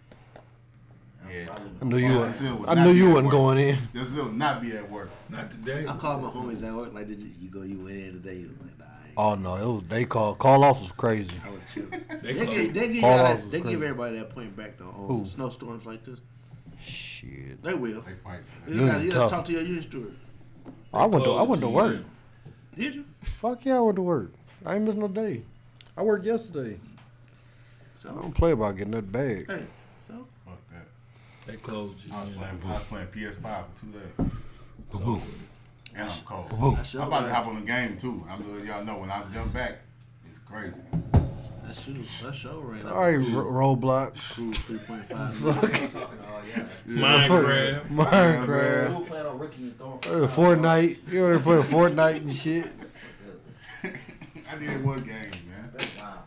C: Yeah.
E: I knew you.
C: This here
E: Wasn't,
C: would
E: I
C: not
E: knew
C: be
E: you
C: at
E: wasn't
C: work.
E: going in.
C: This will not be at work.
B: Not today.
F: I called my homies at work. Like, did you, you go? You went in today? You was like, nah. I ain't.
E: Oh no, it was they call call off was crazy.
F: I was chilling.
B: They
F: They, give,
B: close.
F: they, give,
E: Call
F: y'all
E: off
F: that, they
E: is
F: give
E: crazy.
F: everybody that point back though on
E: Who?
F: snowstorms like this.
E: Shit.
F: They will.
C: They fight.
F: You gotta,
E: Union
F: you gotta
E: tough.
F: talk to your union steward.
E: I went to
B: Close
E: I went
B: the
E: to work.
B: GM.
F: Did you?
E: Fuck yeah, I went to work. I ain't missed no day. I worked yesterday. I
F: So
E: don't play about getting that bag.
F: hey, so
C: Fuck that.
B: They closed
C: I
F: Oh,
C: was
B: GM.
C: playing. I was playing PS5 for two days,
E: Boom.
C: and I'm cold.
F: I
C: I'm
F: should
C: about to
F: have.
C: hop on the game too. I'm letting y'all know when I jump back, it's crazy.
F: That shoot. That show ran.
E: All right, Ro- Roblox,
F: Two three point five.
H: I'm talking to all y'all.
B: Minecraft.
E: Minecraft,
I: Who plan on rookie and throwing?
E: uh, Fortnite. You already playing Fortnite and shit.
C: I did one game, man.
I: Wow.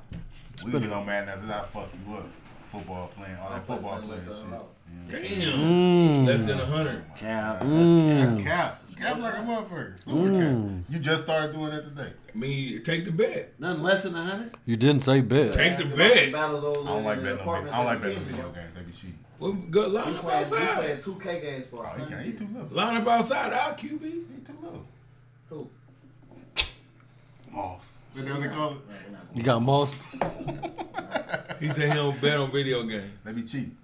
C: We get on Madden after that. I fuck you up. Football playing, all that football playing shit. Yeah.
B: Damn.
E: Mm.
B: Less than a hundred.
F: Cap.
C: That's cap. It's cap like a motherfucker. Super cap. You just started doing that today.
B: I mean, take the bet.
F: Nothing less than a hundred.
E: You didn't say bet.
B: Take the
I: Basketball
B: bet.
I: battles over
C: I don't
I: in
C: like
I: the
C: betting on video.
I: apartments
C: I don't like
I: in
C: betting on
I: Kensington.
C: video games. They be cheating.
B: Well, good line
I: We
B: up
I: playing, we
B: outside.
I: playing 2K games for
C: Oh,
I: our
C: he can't. He too little.
B: Line up outside our QB.
C: He too little.
I: Who?
C: Moss. What they what they call it?
I: Man, we're not going
E: You got most.
B: He said he don't bet on video games.
C: They be cheating.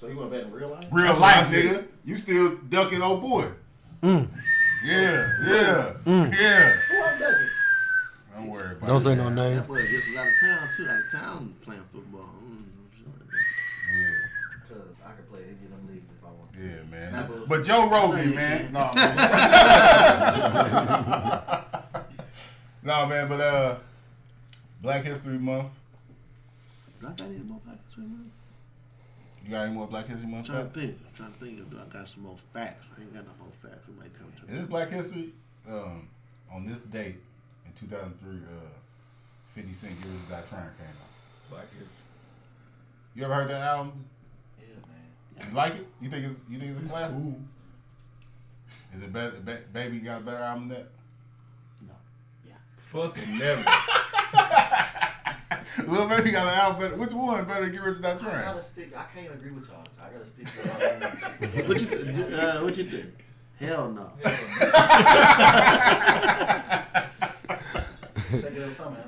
I: So you want to bet in real life?
C: Real
B: what I
C: life,
B: said.
C: nigga. You still ducking old boy.
E: Mm.
C: Yeah, yeah, yeah.
I: Who I'm ducking?
C: Don't worry about
E: Don't
C: it.
E: say no name.
F: That boy just was out of town too. Out of town playing football. Mm,
C: Yeah,
I: Because I can play any of them leagues if I want.
C: yeah, man.
I: Snap up.
C: But Joe
F: I know
C: Rogan,
F: you
C: man.
F: can.
C: No, no, man. But uh, Black History Month.
F: Do I got any more pockets right now?
C: You got any more Black History Month?
F: I'm trying to think. I'm trying to think if do I got some more facts. I ain't got no more facts. We might come to
C: Is this Black History? Um, on this date in 2003, uh, 50 Cent Years of That Train came out.
B: Black History.
C: You ever heard that album?
I: Yeah, man.
C: You like it? You think it's you think it's a classic? Is it better? Ba- Baby got a better album than that?
B: Fucking never.
C: Lil Baby got an album. Better. Which one better than Get Rich or Die
I: I
C: Trying?
I: gotta stick. I can't agree with y'all. I gotta stick to y'all.
F: What you th- uh, what you think?
I: Hell no. Check it out somehow.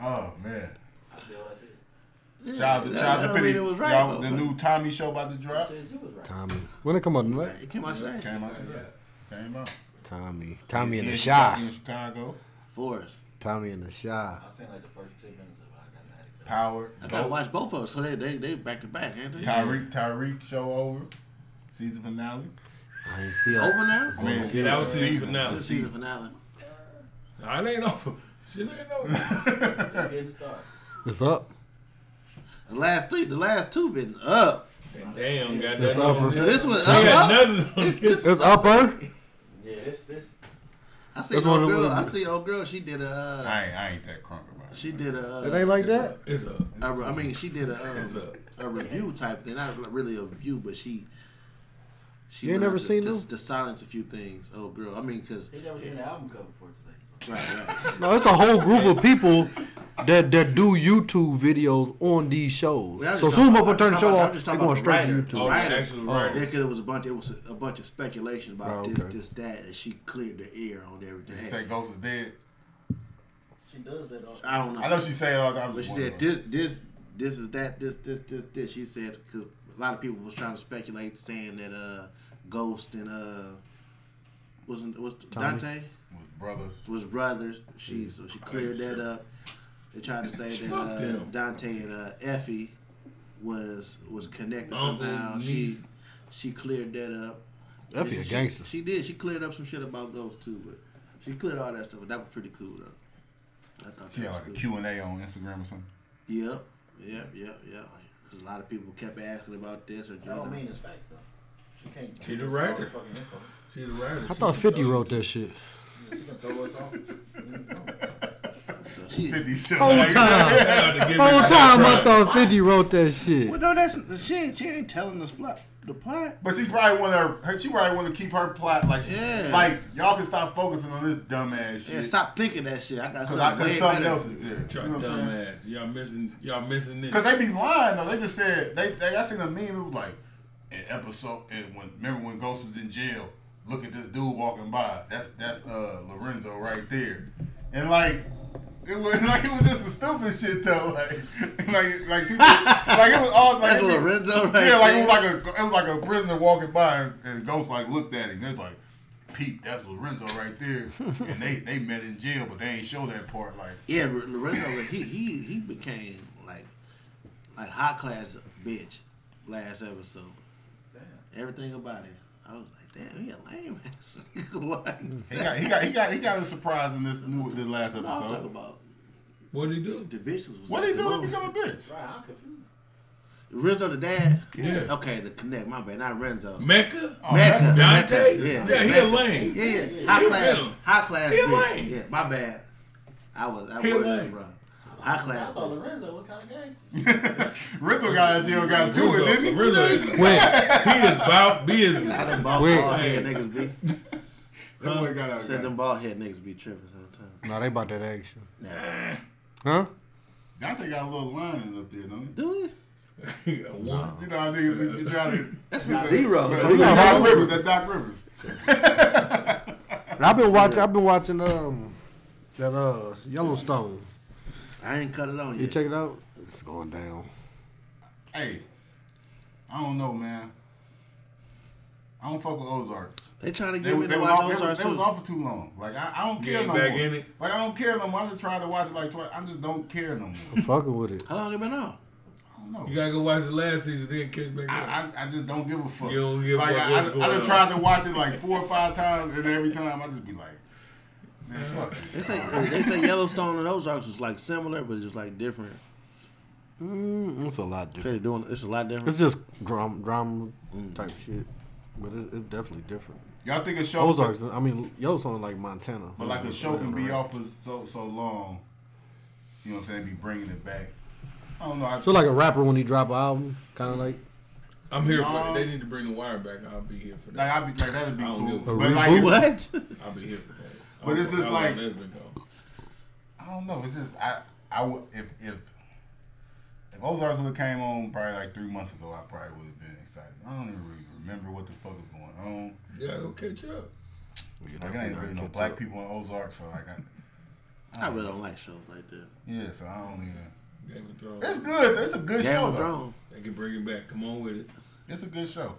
C: Oh man.
I: I said what I said.
C: Shout out to
F: that-
C: Shout
F: that
C: out
F: don't
C: to
F: mean
C: Fitty.
F: it was right,
C: Y'all,
F: though.
C: the new Tommy show about to
I: I
C: drop.
I: said you was right.
E: Tommy. When it come out tonight?
F: It came out today.
C: Came out today. Came out.
E: Tommy. Tommy and
C: Yeah, he
E: the Shy.
C: In Chicago,
F: Forrest.
E: Tommy and the Shy.
I: I seen like the first ten minutes of it. I got mad at it.
C: Power.
F: I gotta watch both of them, so they they they back to back, ain't they?
C: Tyreek. Tyreek show over. Season finale.
E: I ain't see
F: It's
E: all.
F: over now.
C: Man,
B: Yeah, that was season
F: It's
B: finale.
F: the season finale.
B: Nah, it ain't over. Shit ain't over.
I: Just get it started.
E: It's up.
F: The last three, the last two been up.
B: Damn, got
E: It's
B: nothing
E: over.
B: on
F: So
B: this.
F: this one up.
B: They got
F: up.
B: nothing on
F: It's,
B: this.
F: it's,
E: It's upper.
I: Yeah, this this
F: I see old
E: one of
F: girl.
E: them-
F: I see old girl. She did a. Uh,
C: I ain't, I ain't that crunk about it.
F: she did a.
E: It
F: Uh,
E: ain't like that.
B: It's up.
F: a re- I mean, she did a.
B: It's
F: Um,
B: up.
F: a review type thing. Not really a review, but she. She
E: You ain't
F: went
E: never
F: out to-
E: seen
F: to,
E: them?
F: to silence a few things. Oh, girl. I mean, cause
I: he never seen the album cover before today. So.
F: right, right.
E: No, it's a whole group of people that that do YouTube videos on these shows.
F: Well, I'm
E: So
F: just
E: soon motherfucker
F: talking about-
E: turn the
F: I'm
E: show
F: talking-
E: off,
F: I'm just
E: they
F: talking
E: going
F: about
E: straight to
F: the
E: YouTube.
F: writer.
B: Oh, the
F: Right.
B: actual
E: Oh.
F: Yeah,
B: writer.
F: because it was a bunch. It was a, a bunch of speculation about
E: Oh,
F: this,
E: okay.
F: this, that, and she cleared the air on
C: Did she say
F: everything.
C: Ghost is dead?
I: She does that on.
F: I don't know.
C: I know she said all the time.
F: But she said this, this, this is that, this, this, this, this. She said because a lot of people was trying to speculate, saying that uh, Ghost and uh, wasn't was
E: Tommy.
F: Dante
C: Was brothers.
F: was brothers. She so she cleared that up. They tried to say that
B: Fuck
F: uh,
B: them.
F: Dante and uh, Effie was was connected
B: Uncle,
F: somehow. She
B: niece.
F: she cleared that up.
E: That'd be a
F: She-
E: gangster.
F: She did. She cleared up some shit about Ghost too, but she cleared all that stuff. But that was pretty cool though. I thought
C: She
F: that
C: had like
F: was
C: a
F: cool.
C: Q and A on Instagram or something.
F: Yep, yep, yep, yep. Because a lot of people kept asking about this or
I: I don't
F: that.
I: mean it's facts though. She can't.
B: She the
I: it's
B: writer.
I: all the fucking info.
B: She's a writer.
E: I thought 50 wrote that shit.
I: Yeah, She can throw us off. Mm,
F: So she,
C: Fifty shit.
E: Whole
C: like-
E: time. Whole time I thought 50 wrote that
F: well,
E: shit.
F: no, that's she. Ain't, she ain't telling us plot. The plot.
C: But she probably want her. her- She probably want to keep her plot like. she-
F: Yeah.
C: Like y'all can stop focusing on this dumbass shit.
F: Yeah, stop thinking that shit. I got
C: Cause, I,
F: something,
C: cause
F: way
C: something
F: better.
C: else is there. You know what I'm saying?
B: Dumbass. Y'all missing. Y'all missing this.
C: Cause they be lying though. They just said they. they I seen a meme. It was like an episode. And when remember when Ghost was in jail. Look at this dude walking by. That's that's uh Lorenzo right there. And like. It was like it was just some stupid shit though, like like like people, like it was all like
F: That's
C: it was-
F: Lorenzo right
C: yeah, like it
F: there.
C: was like a it was like a prisoner walking by and, and Ghost like looked at him. It's like, Pete, that's Lorenzo right there. and they they met in jail, but they ain't show that part. Like
F: Yeah, R- Lorenzo, he he he became like like high class bitch last episode. Everything about him, I was like, damn, he a lame ass. like,
C: he got he got he got he got a surprise in this new this last
F: no, I'm talking
C: episode.
F: about
B: What'd he do?
F: the bitches. Was
C: What
F: out
C: he
F: the
C: do to
F: moon.
C: become a bitch?
I: Right, I'm confused.
F: Renzo the dad?
B: Yeah.
F: Okay, the connect, my bad, not Renzo.
B: Mecca.
C: Oh,
F: Mecca.
B: Dante.
F: Mecca,
B: Yeah,
F: Yeah,
B: he a
F: Mecca.
B: lame.
F: Yeah, yeah.
B: He
F: High
B: a
F: class.
B: villain.
F: High class.
B: He a
F: bitch.
B: lame.
F: Yeah, my bad. I was I
B: He a
F: was
B: lame.
F: bro. High class.
I: I thought
F: bitch.
I: Lorenzo was kind of gangster.
C: Rizzo got out of jail, got two it, didn't he?
B: Rizzo is quick. he is about business.
F: I done bald
E: Wait.
F: bald head niggas be
C: That boy got out.
F: said
C: got-
F: them bald head niggas be tripping sometimes.
E: No, they about that action.
F: Nah.
E: Huh?
C: Dante got a little line in up there, don't
F: Do it?
B: He got one.
C: he? You know how niggas be- be trying to.
F: That's a zero.
C: But
F: bro.
C: look at Doc Rivers. That Doc Rivers.
E: And I've been watching. I've been watching um that uh Yellowstone.
F: I ain't cut it on
E: You
F: yet.
E: check it out. It's going down.
C: Hey, I don't know, man. I don't fuck with Ozark.
F: They trying to
C: They,
F: get
C: was-
F: me
C: they,
F: to
C: was,
F: watch
C: off, they, was,
F: Ozark
C: they was
F: too.
C: off for too long. Like I, I don't
B: You
C: care
B: ain't
C: no
B: back
C: more.
B: in it?
C: Like I don't care no more. I just tried to watch it like twice. I just don't care no more.
E: I'm fucking with it.
F: How long they been on?
C: I don't know.
B: You gotta go watch the last season, then catch back up.
C: I, I, I just don't give a fuck.
B: You don't give a
C: like,
B: fuck
C: I,
B: what's
C: I,
B: going
C: I done
B: on.
C: tried to watch it like four or five times, and every time I just be like, man, fuck.
F: They
C: this.
F: say they say Yellowstone and Ozarks was like similar, but just like different.
E: Mm, it's a lot
F: Say
E: different.
F: they doing it's a lot different.
E: It's just drama, drama type shit, but it's, it's definitely different.
C: Y'all think a show,
E: Ozarks. I mean, Yellowstone like Montana.
C: but like a show can be
E: Right.
C: off for so so long. You know what I'm saying? Be bringing it back. I don't know. I,
E: So like a rapper when he drop an album, kind of like
B: I'm here
C: No.
B: for it. They need to bring the wire back. I'll be here for
C: like
B: that.
C: I'd be like that'd be
B: I don't
C: cool.
B: give a
C: But like, it-
F: what?
B: I'll be here for that. I
C: But
B: don't
C: it's
B: know
C: just
B: how long
C: like-
B: that's been gone.
C: I don't know. It's just I I would if if if Ozarks would have came on probably like three months ago, I probably would have been excited. I don't even really remember what the fuck was going on.
B: Yeah, go catch up.
E: We can
C: Like I ain't
E: definitely
C: really no
E: catch
C: black
E: up.
C: people in Ozark, so like I
F: I really don't like shows like that.
C: yeah, so I don't even.
B: Game of
C: It's
B: Thrones.
C: good. It's a good
F: Game
C: show
F: of
C: though.
F: Thrones.
B: They can bring it back. Come on with it.
C: It's a good show,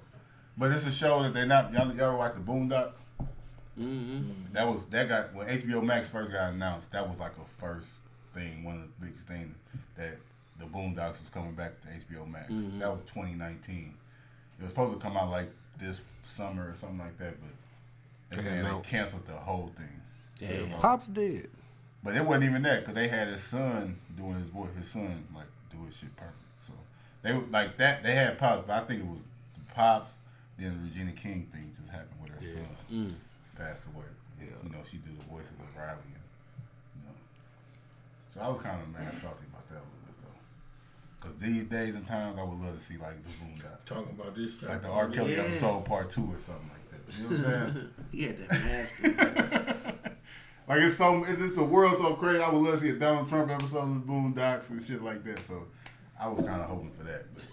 C: but it's a show that they not y'all y'all watch the Boondocks.
F: Mm-hmm.
C: That was that got when HBO Max first got announced. That was like a first thing, one of the biggest things that the Boondocks was coming back to HBO Max.
F: Mm-hmm.
C: That was 2019. It was supposed to come out like this summer or something like that, but they
E: They
C: saying they
E: announced.
C: canceled the whole thing. It was all-
E: Pops did.
C: but it wasn't even that because they had his son doing his voice. His son like do his shit perfect. So they were- like that. They had pops, but I think it was the pops. Then the Regina King thing just happened with her son passed away. Yeah. You know she did the voices of Riley. And, you know. So I was kind of mad salty about that a little bit though. Because these days and times, I would love to see like the Boondocks,
B: Talking about this. Stuff.
C: like the R. Kelly
F: Yeah.
C: episode part two or something like that. You know what I'm saying?
F: He had that mask. on.
C: Like it's so it's just a world so crazy. I would love to see a Donald Trump episode of the Boondocks and shit like that. So I was kind of hoping for that. But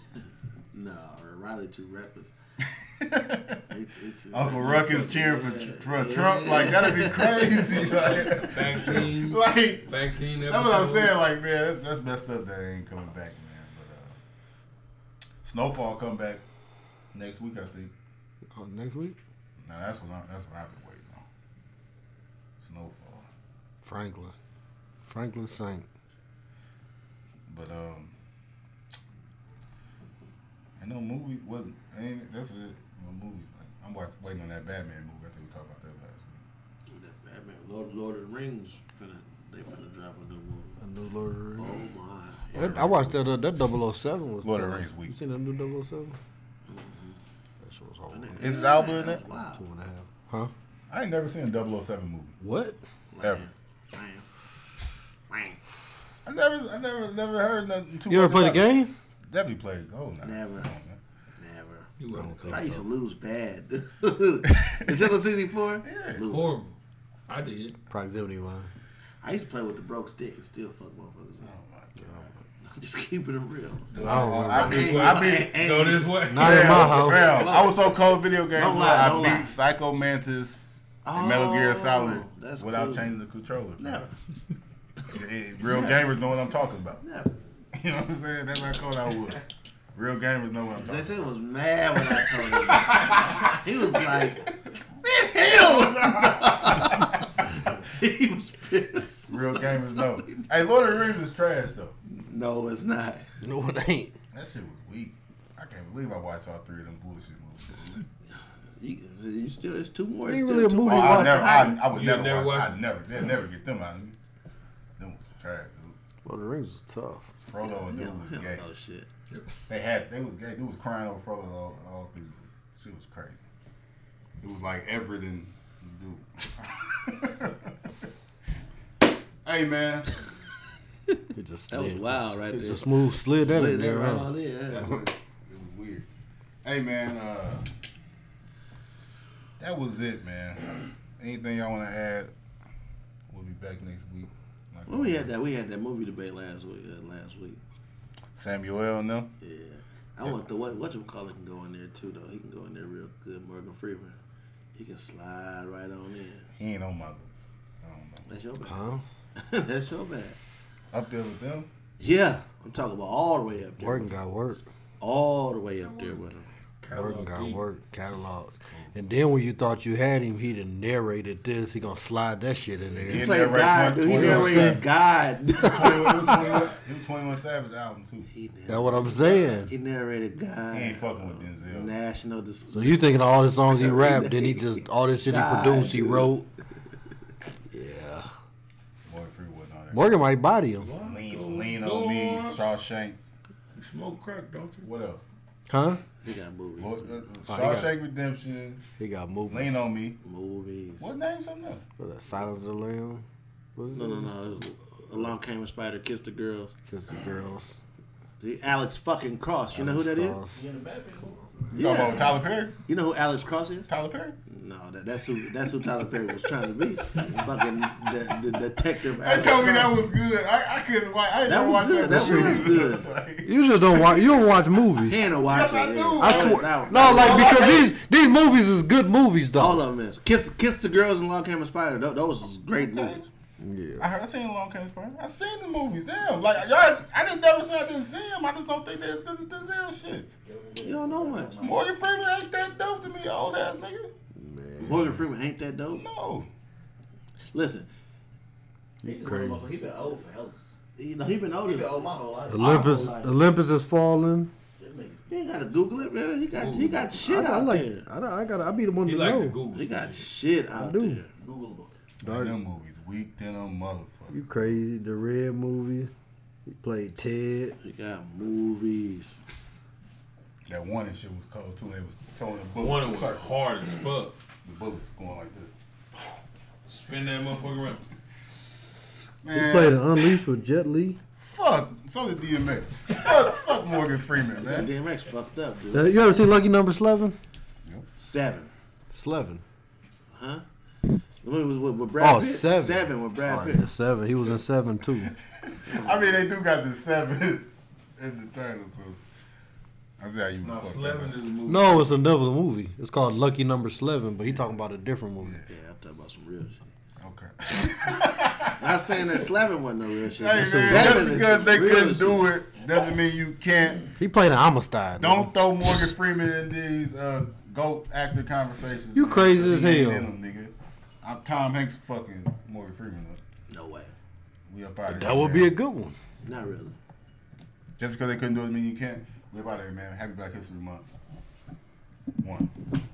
F: no, Riley too reckless. He- he too
C: Uncle
F: reckless.
C: Ruckus cheering for, Tr- for
F: Yeah.
C: Trump like that'd be crazy. Like,
B: vaccine.
C: like
B: vaccine. Episode.
C: that's what I'm saying. Like man, that's, that's messed up. That ain't coming back, man. But uh, Snowfall come back next week, I think.
E: Oh, next week,
C: Now that's what I, that's what I've been waiting on. Snowfall.
E: Franklin. Franklin Saint.
C: But um, I know movie wasn't. Ain't, that's it. Well, movies. Like, I'm wa waiting on that Batman movie. I think we talked about that last week.
F: That Batman, Lord, Lord of the Rings, finna, they finna drop a new movie.
E: A new Lord of the Rings.
F: Oh my!
E: That- I watched that. Uh, that 007
C: Lord of
E: was.
C: the
E: cool.
C: Rings week.
E: You seen that new 007?
C: Mm-hmm.
E: That shit was horrible.
F: And
C: Is it Alba in that?
F: Wow.
E: Two and a half. Huh?
C: I ain't never seen a 007 movie
E: What?
C: ever.
F: Man. Man.
C: I never, I never, never heard nothing. Too
E: You ever
C: much
E: play the
C: about it.
E: game?
C: Definitely played Oh, Gold. Now.
F: Never.
C: Come on, man.
F: Never.
B: You wasn't
F: I used to
B: coming.
F: lose bad. Nintendo 64?
C: Yeah.
F: Lose.
B: Horrible. I did.
E: Proximity line.
F: I used to play with the broke stick and still fuck motherfuckers.
C: Oh
F: up.
C: my god.
F: I'm just keeping it real.
E: I don't remember.
C: I beat.
F: Ain't-
C: Oh. I beat.
F: ain't-
B: Go this way.
E: Not in my
C: Fam,
E: house.
C: fam, I was so cold video games.
F: Don't
C: where
F: lie,
C: I
F: don't
C: beat
F: lie.
C: Psycho Mantis and Metal Gear
F: Oh,
C: Solid
F: that's
C: without
F: cool.
C: changing the controller.
F: Never.
C: It- it- real gamers know what I'm talking about.
F: Never.
C: You know what I'm saying? That's how cold I was. Real gamers know what I'm
F: They
C: talking
F: said was mad when I told him. he was like, man, hell no." He was pissed.
C: about. Real gamers know. Hey, Lord of the Rings is trash though.
F: No, it's not.
E: No, it ain't.
C: That shit was weak. I can't believe I watched all three of them bullshit movies.
F: You, you still, it's two more.
E: Ain't
F: It's still
E: really a
F: two
C: Oh,
E: movie
F: more.
E: You
C: I
E: watched
C: never,
E: the
C: I,
E: hype?
C: I would
B: You
C: never,
B: never
C: watch.
B: watched
C: I
B: it?
C: never, they will never get them out of me. Them was trash. Dude.
E: Lord of the Rings was tough.
C: Frodo and
F: Hell,
C: dude was gay.
F: hell no Oh, shit.
C: They had, they was gay. Dude was crying over Frodo all, all three. movies. Shit was crazy. It was like Everett and dude. hey man,
E: It just
F: That was
E: slid.
F: wild right
E: It
F: there.
E: just smooth slid that in
F: Slid that
E: there.
F: right
E: huh?
F: on in, huh?
C: That's what, it was weird. Hey man, uh, that was it, man. Anything y'all want to add? We'll be back next week. Like
F: Well, we had that we had that movie debate last week. Uh, last week,
C: Samuel, no.
F: yeah. I want the what what you call it can go in there too though. He can go in there real good. Morgan Freeman, he can slide right on in.
C: He ain't on my list. I don't know.
F: That's your bad.
E: Huh?
F: That's your bad.
C: Up there with them.
F: Yeah, I'm talking about all the way up there.
E: Working got work.
F: All the way up there with him.
E: Working got work. Catalogs. And then when you thought you had him, he done narrated this. He gonna slide that shit in
C: Yeah.
E: there.
F: He
C: And
F: played
C: narrate
F: God,
C: one-
F: dude. He
C: 21
F: narrated God.
C: It was 21, it was 21 Savage album too.
F: he,
E: That's
F: narrated,
E: what I'm saying.
F: he narrated God.
C: He ain't fucking with Denzel.
F: National dis-
E: So you thinking all the songs he rapped, then he just all this shit he
F: God,
E: produced, he
F: dude.
E: wrote. Yeah.
C: Morgan Freeman wasn't on there.
E: Morgan might body him.
C: Lean, lean on me. Shawshank.
B: You smoke crack, don't you?
C: What else?
E: Huh?
F: He got movies.
C: Lord,
F: too.
C: uh, uh,
E: Oh, he got-
C: Shawshank Redemption.
E: He got movies.
C: Lean on me.
F: Movies.
C: What name? Something else.
E: What that, Silence of the Lamb? What is
F: No, no, no. It was Along Came a Spider, Kissed the Girls.
E: Kiss the Girls.
F: The Alex fucking Cross. You know who that is?
E: Cross.
B: In the Batman movie.
C: You talking about
F: Yeah.
C: Tyler Perry?
F: You know who Alex Cross is?
C: Tyler Perry?
F: No, that, that's who that's who Tyler Perry was trying to be. Fucking the, the detective.
C: They told me that was good. I, I couldn't watch. I didn't
F: That
C: know
F: was
C: watch That,
F: good. That was good.
C: Like,
E: You just don't watch. You don't watch movies.
F: Hannah watched
C: Yes, I
F: it.
C: do.
F: yeah.
C: I
F: That was-
E: swear-
F: that was-
E: No, like because these these movies is good movies though.
F: all of them is kiss kiss the girls in Log Hammer Spider. Tho- Those was great movies.
E: Yeah.
C: I heard I seen Long Came Spring. I seen the movies. Damn, like y'all, I just never said I didn't see him. I just don't think they're as good as Denzel shit.
F: You don't know much.
C: Morgan Freeman ain't that dope to me, old ass nigga.
F: Morgan Freeman ain't that dope.
C: No,
F: Listen,
I: He's just one of those- He been old for hell.
F: you know he been
I: He been
F: older.
I: old my whole life.
E: Olympus
I: My whole life.
E: Olympus is falling.
I: This nigga-
F: You ain't gotta Google it, man. He got he got
E: I,
F: shit
E: I
F: out
E: like.
F: there.
E: I, I got. I be the one
B: He
E: to
B: like
E: know.
B: the Google.
F: He got shit out
E: do.
F: there.
I: Googleable.
E: Dark.
C: them movies weak than a motherfucker.
E: You crazy? The Red movie. He played Ted.
F: He got movies.
C: That one and shit was cold too. They was throwing the bullets.
B: One was
C: circle.
B: hard as fuck.
C: The bullets was going like this.
B: Spin that motherfucker around.
E: He
C: Man,
E: played an Unleashed with Jet Li.
C: fuck. So did DMX. fuck, fuck Morgan Freeman, man.
F: DMX fucked up, dude.
E: Uh, you ever seen Lucky Number Eleven?
F: Seven,
E: Eleven.
F: huh? The movie was with, with Brad
E: Oh,
F: Pitt.
E: Seven.
F: Seven with Brad
E: Oh
F: Pitt.
E: yeah, seven. He was in seven too.
C: I mean, they do got the seven in the title, so I see how you
B: No,
C: fucked that
B: Slevin
C: up.
B: is a movie.
E: No, it's another movie. It's called Lucky Number Eleven, but he talking about a different movie.
F: Yeah, I thought about some real shit.
C: Okay.
F: Not saying that Slavin wasn't no real shit.
C: Hey,
F: but
C: man,
F: Seven
C: just
F: is
C: because
F: some
C: they
F: real
C: couldn't
F: shit.
C: do it doesn't mean you can't.
E: He played an Amistad.
C: Don't throw Morgan Freeman in these uh, GOAT actor conversations.
E: You
C: man,
E: crazy
C: 'cause
E: as
C: he ain't
E: hell.
C: in 'em, nigga. I'm Tom Hanks fucking Morgan Freeman up.
F: No way.
C: We up out of
E: That
C: here,
E: would
C: man.
E: be a good one.
F: Not really.
C: Just because they couldn't do it doesn't mean you can't. We up out of here, man. Happy Black History Month. One.